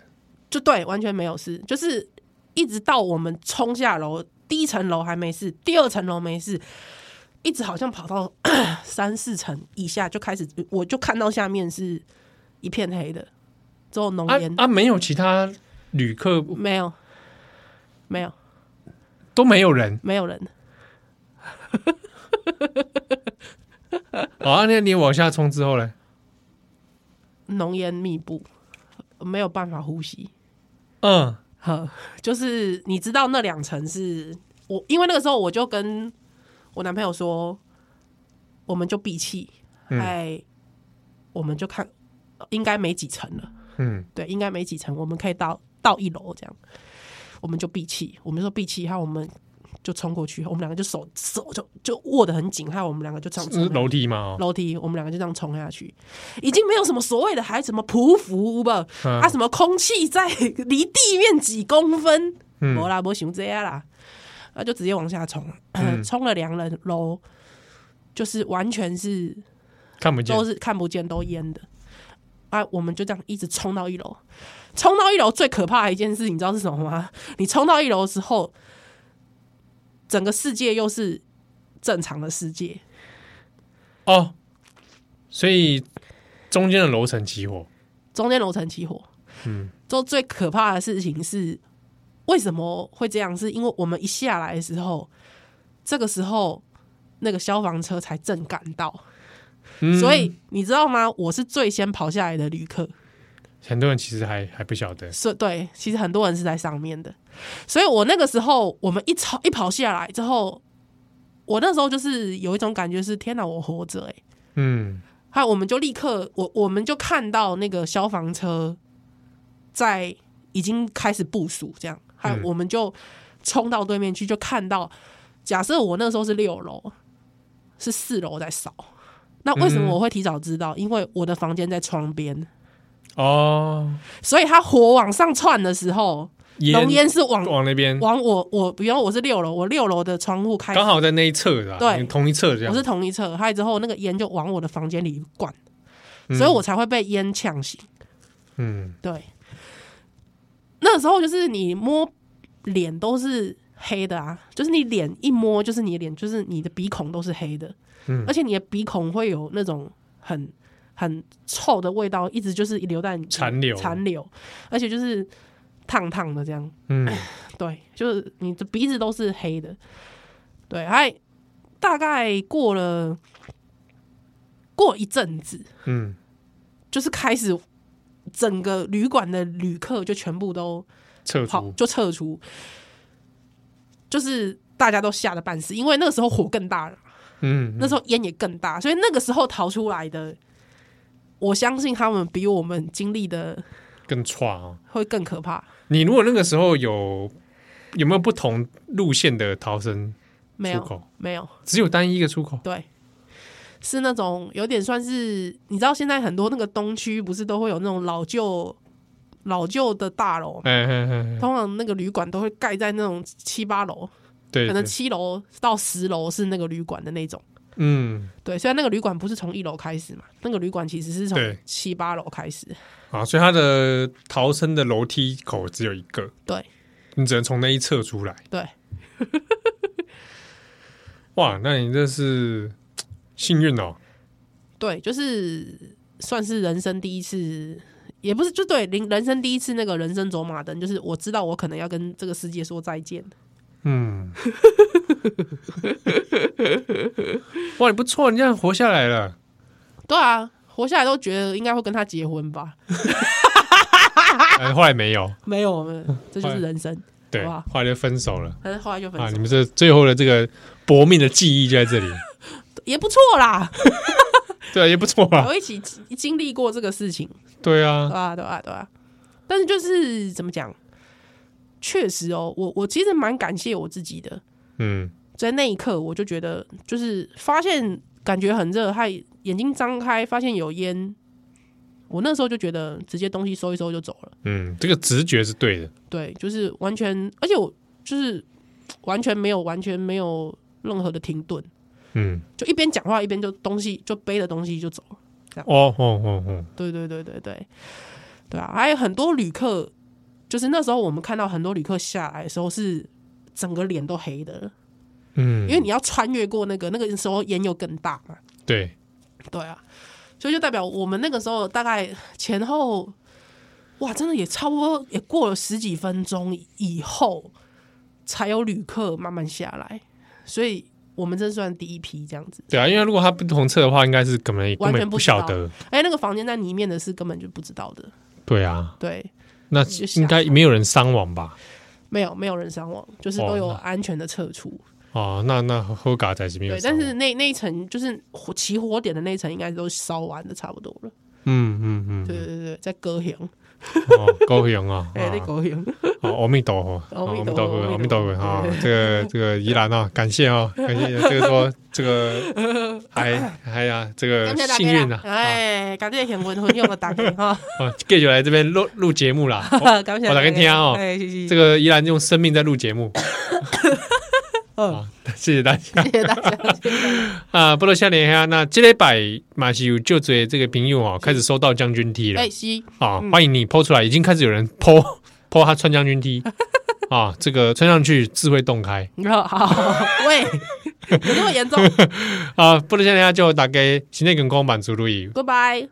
Speaker 2: 就对，完全没有事，就是一直到我们冲下楼，第一层楼还没事，第二层楼没事。一直好像跑到 三四层以下就开始，我就看到下面是一片黑的，只有浓
Speaker 1: 啊
Speaker 2: 烟，
Speaker 1: 啊，没有其他旅客
Speaker 2: 没有，没有，
Speaker 1: 都没有人
Speaker 2: 没有人。
Speaker 1: 好啊。那你往下冲之后嘞，
Speaker 2: 浓烟密布，没有办法呼吸。
Speaker 1: 嗯，
Speaker 2: 呵，就是你知道那两层是我，因为那个时候我就跟我男朋友说，我们就闭气，
Speaker 1: 嗯
Speaker 2: 哎、我们就看，应该没几层了，
Speaker 1: 嗯，
Speaker 2: 对，应该没几层，我们可以到到一楼这样，我们就闭气，我们说闭气，然后我们就冲过去，我们两个就手手就就握得很紧，还有我们两个就这样
Speaker 1: 这
Speaker 2: 冲
Speaker 1: 是楼梯嘛、哦，
Speaker 2: 楼梯，我们两个就这样冲下去，已经没有什么所谓的还什么匍匐吧，
Speaker 1: 嗯
Speaker 2: 啊什么空气在离地面几公分，
Speaker 1: 嗯
Speaker 2: 没啦，没想这样啦，啊就直接往下冲，
Speaker 1: 嗯
Speaker 2: 冲了两人楼，就是完全是
Speaker 1: 看不见
Speaker 2: 都，是看不见都淹的，啊我们就这样一直冲到一楼，冲到一楼最可怕的一件事，你知道是什么吗？你冲到一楼之后，整个世界又是正常的世界，
Speaker 1: 哦，所以中间的楼层起火，
Speaker 2: 中间楼层起火。
Speaker 1: 嗯，
Speaker 2: 就最可怕的事情是，为什么会这样？是因为我们一下来的时候，这个时候那个消防车才正赶到，
Speaker 1: 嗯
Speaker 2: 所以你知道吗？我是最先跑下来的旅客，
Speaker 1: 很多人其实还还不晓得，
Speaker 2: 是对，其实很多人是在上面的，所以我那个时候我们一跑一跑下来之后，我那时候就是有一种感觉是，天哪，我活着哎、欸！
Speaker 1: 嗯，
Speaker 2: 还有我们就立刻，我我们就看到那个消防车在已经开始部署，这样，还有
Speaker 1: 嗯
Speaker 2: 我们就冲到对面去，就看到，假设我那时候是六楼，是四楼在扫。那为什么
Speaker 1: 嗯
Speaker 2: 我会提早知道？因为我的房间在窗边，
Speaker 1: 哦，
Speaker 2: 所以它火往上窜的时候，浓烟是往
Speaker 1: 往那边，
Speaker 2: 往我我，比如我是六楼，我六楼的窗户开，
Speaker 1: 刚好在那一侧的、啊，
Speaker 2: 对
Speaker 1: 你同一侧这样，
Speaker 2: 我是同一侧，还有之后那个烟就往我的房间里灌，
Speaker 1: 嗯
Speaker 2: 所以我才会被烟呛醒。
Speaker 1: 嗯，
Speaker 2: 对，那时候就是你摸脸都是黑的啊，就是你脸一摸就是你的脸，就是你的鼻孔都是黑的，
Speaker 1: 嗯
Speaker 2: 而且你的鼻孔会有那种很很臭的味道，一直就是留在你
Speaker 1: 残留
Speaker 2: 残留，而且就是烫烫的这样，
Speaker 1: 嗯，
Speaker 2: 对，就是你的鼻子都是黑的，对，还大概过了过一阵子，
Speaker 1: 嗯，
Speaker 2: 就是开始整个旅馆的旅客就全部都
Speaker 1: 撤
Speaker 2: 跑
Speaker 1: 出，
Speaker 2: 就撤出，就是大家都吓得半死，因为那个时候火更大了，
Speaker 1: 嗯，
Speaker 2: 那时
Speaker 1: 候
Speaker 2: 候烟也更大，所以那个时候逃出来的，我相信他们比我们经历的
Speaker 1: 更差啊。
Speaker 2: 会更可怕。
Speaker 1: 你如果那个时候有有没有不同路线的逃生
Speaker 2: 没
Speaker 1: 出
Speaker 2: 有，
Speaker 1: 口？
Speaker 2: 没有，
Speaker 1: 只有单一一个出口，
Speaker 2: 对。是那种有点算是，你知道现在很多那个东区不是都会有那种老旧老旧的大楼，
Speaker 1: 哎哎哎，哎
Speaker 2: 通常那个旅馆都会盖在那种七八楼，
Speaker 1: 对，
Speaker 2: 可能
Speaker 1: 对
Speaker 2: 七楼到十楼是那个旅馆的那种。
Speaker 1: 嗯
Speaker 2: 对，虽然那个旅馆不是从一楼开始嘛，那个旅馆其实是从
Speaker 1: 对
Speaker 2: 七八楼开始。
Speaker 1: 啊，所以它的逃生的楼梯口只有一个，
Speaker 2: 对
Speaker 1: 你只能从那一侧出来。
Speaker 2: 对，
Speaker 1: 哇，那你这是幸运哦，
Speaker 2: 对，就是算是人生第一次，也不是就对人人生第一次那个人生走马灯，就是我知道我可能要跟这个世界说再见。
Speaker 1: 嗯，哇，你不错，你这样活下来了。
Speaker 2: 对啊，活下来都觉得应该会跟他结婚吧？
Speaker 1: 哎，后来没有，
Speaker 2: 没有，没有这就是人生。
Speaker 1: 对，
Speaker 2: 哇
Speaker 1: 后来就分手了
Speaker 2: 但是后来就分
Speaker 1: 啊！
Speaker 2: 手，
Speaker 1: 你们这最后的这个搏命的记忆就在这里，
Speaker 2: 也不错啦，
Speaker 1: 对啊，也不错啊，
Speaker 2: 有一起经经历过这个事情。
Speaker 1: 对 啊，
Speaker 2: 对啊，对啊，对啊。但是就是怎么讲，确实哦，我我其实蛮感谢我自己的，
Speaker 1: 嗯
Speaker 2: 在那一刻我就觉得，就是发现感觉很热，还眼睛张开发现有烟，我那时候就觉得直接东西收一收就走了。
Speaker 1: 嗯，这个直觉是对的，
Speaker 2: 对，就是完全，而且我就是完全没有完全没有任何的停顿，
Speaker 1: 嗯，
Speaker 2: 就一边讲话一边就东西就背着东西就走了。
Speaker 1: 哦哦哦哦，
Speaker 2: 对对对对对，对啊，还有很多旅客，就是那时候我们看到很多旅客下来的时候是整个脸都黑的，
Speaker 1: 嗯，
Speaker 2: 因为你要穿越过那个，那个时候烟又更大嘛，
Speaker 1: 对，
Speaker 2: 对啊，所以就代表我们那个时候大概前后，哇，真的也差不多也过了十几分钟以后，才有旅客慢慢下来，所以我们这算第一批这样子。
Speaker 1: 对啊，因为如果他不同侧的话，应该是根本根
Speaker 2: 完
Speaker 1: 本
Speaker 2: 全
Speaker 1: 不
Speaker 2: 不知道
Speaker 1: 晓得，
Speaker 2: 哎、那个房间在里面的是根本就不知道的，
Speaker 1: 对啊，
Speaker 2: 对，
Speaker 1: 那
Speaker 2: 就吓
Speaker 1: 应该没有人伤亡吧？
Speaker 2: 没有没有人伤亡，就是
Speaker 1: 哦
Speaker 2: 都有
Speaker 1: 那
Speaker 2: 安全的撤出。
Speaker 1: 哦，那那喝嘎仔是没有
Speaker 2: 对，
Speaker 1: 伤
Speaker 2: 但
Speaker 1: 亡，
Speaker 2: 是那那一层就是火起火点的那一层，应该都烧完的差不多了。
Speaker 1: 嗯嗯嗯，
Speaker 2: 对对对对，在高雄，
Speaker 1: 哦，高雄 啊，
Speaker 2: 哎、在
Speaker 1: 啊
Speaker 2: 高雄，
Speaker 1: 好，阿弥陀佛，
Speaker 2: 阿弥
Speaker 1: 弥
Speaker 2: 陀
Speaker 1: 陀
Speaker 2: 佛
Speaker 1: 佛，
Speaker 2: 阿
Speaker 1: 阿
Speaker 2: 弥
Speaker 1: 弥
Speaker 2: 陀
Speaker 1: 陀
Speaker 2: 佛
Speaker 1: 佛啊
Speaker 2: 对！
Speaker 1: 这个这个宜兰 啊，感谢啊，感谢这个说这个还还呀，这个
Speaker 2: 感谢大
Speaker 1: 幸
Speaker 2: 家
Speaker 1: 运
Speaker 2: 啦
Speaker 1: 啊，啊
Speaker 2: 哎，感谢很文很用的打给 哈，
Speaker 1: 啊，继续来这边录录节目 啦。哦
Speaker 2: 感谢
Speaker 1: 我打给你听哦
Speaker 2: 哎，谢谢
Speaker 1: 这个宜兰用生命在录节 目，啊，谢谢大家
Speaker 2: 谢谢大家，谢谢大家
Speaker 1: 啊！不多下联哈，那这礼拜马是有就追这个朋友哦，开始收到将军 T 了
Speaker 2: 哎，西，
Speaker 1: 啊，欢迎你 PO 出来，已经开始有人 PO PO 他穿将军 T 啊，这个穿上去智慧洞开。
Speaker 2: 你说好，喂， 有那么严重
Speaker 1: 啊，不如现在就大家身体健康，万事如意，
Speaker 2: ？Goodbye。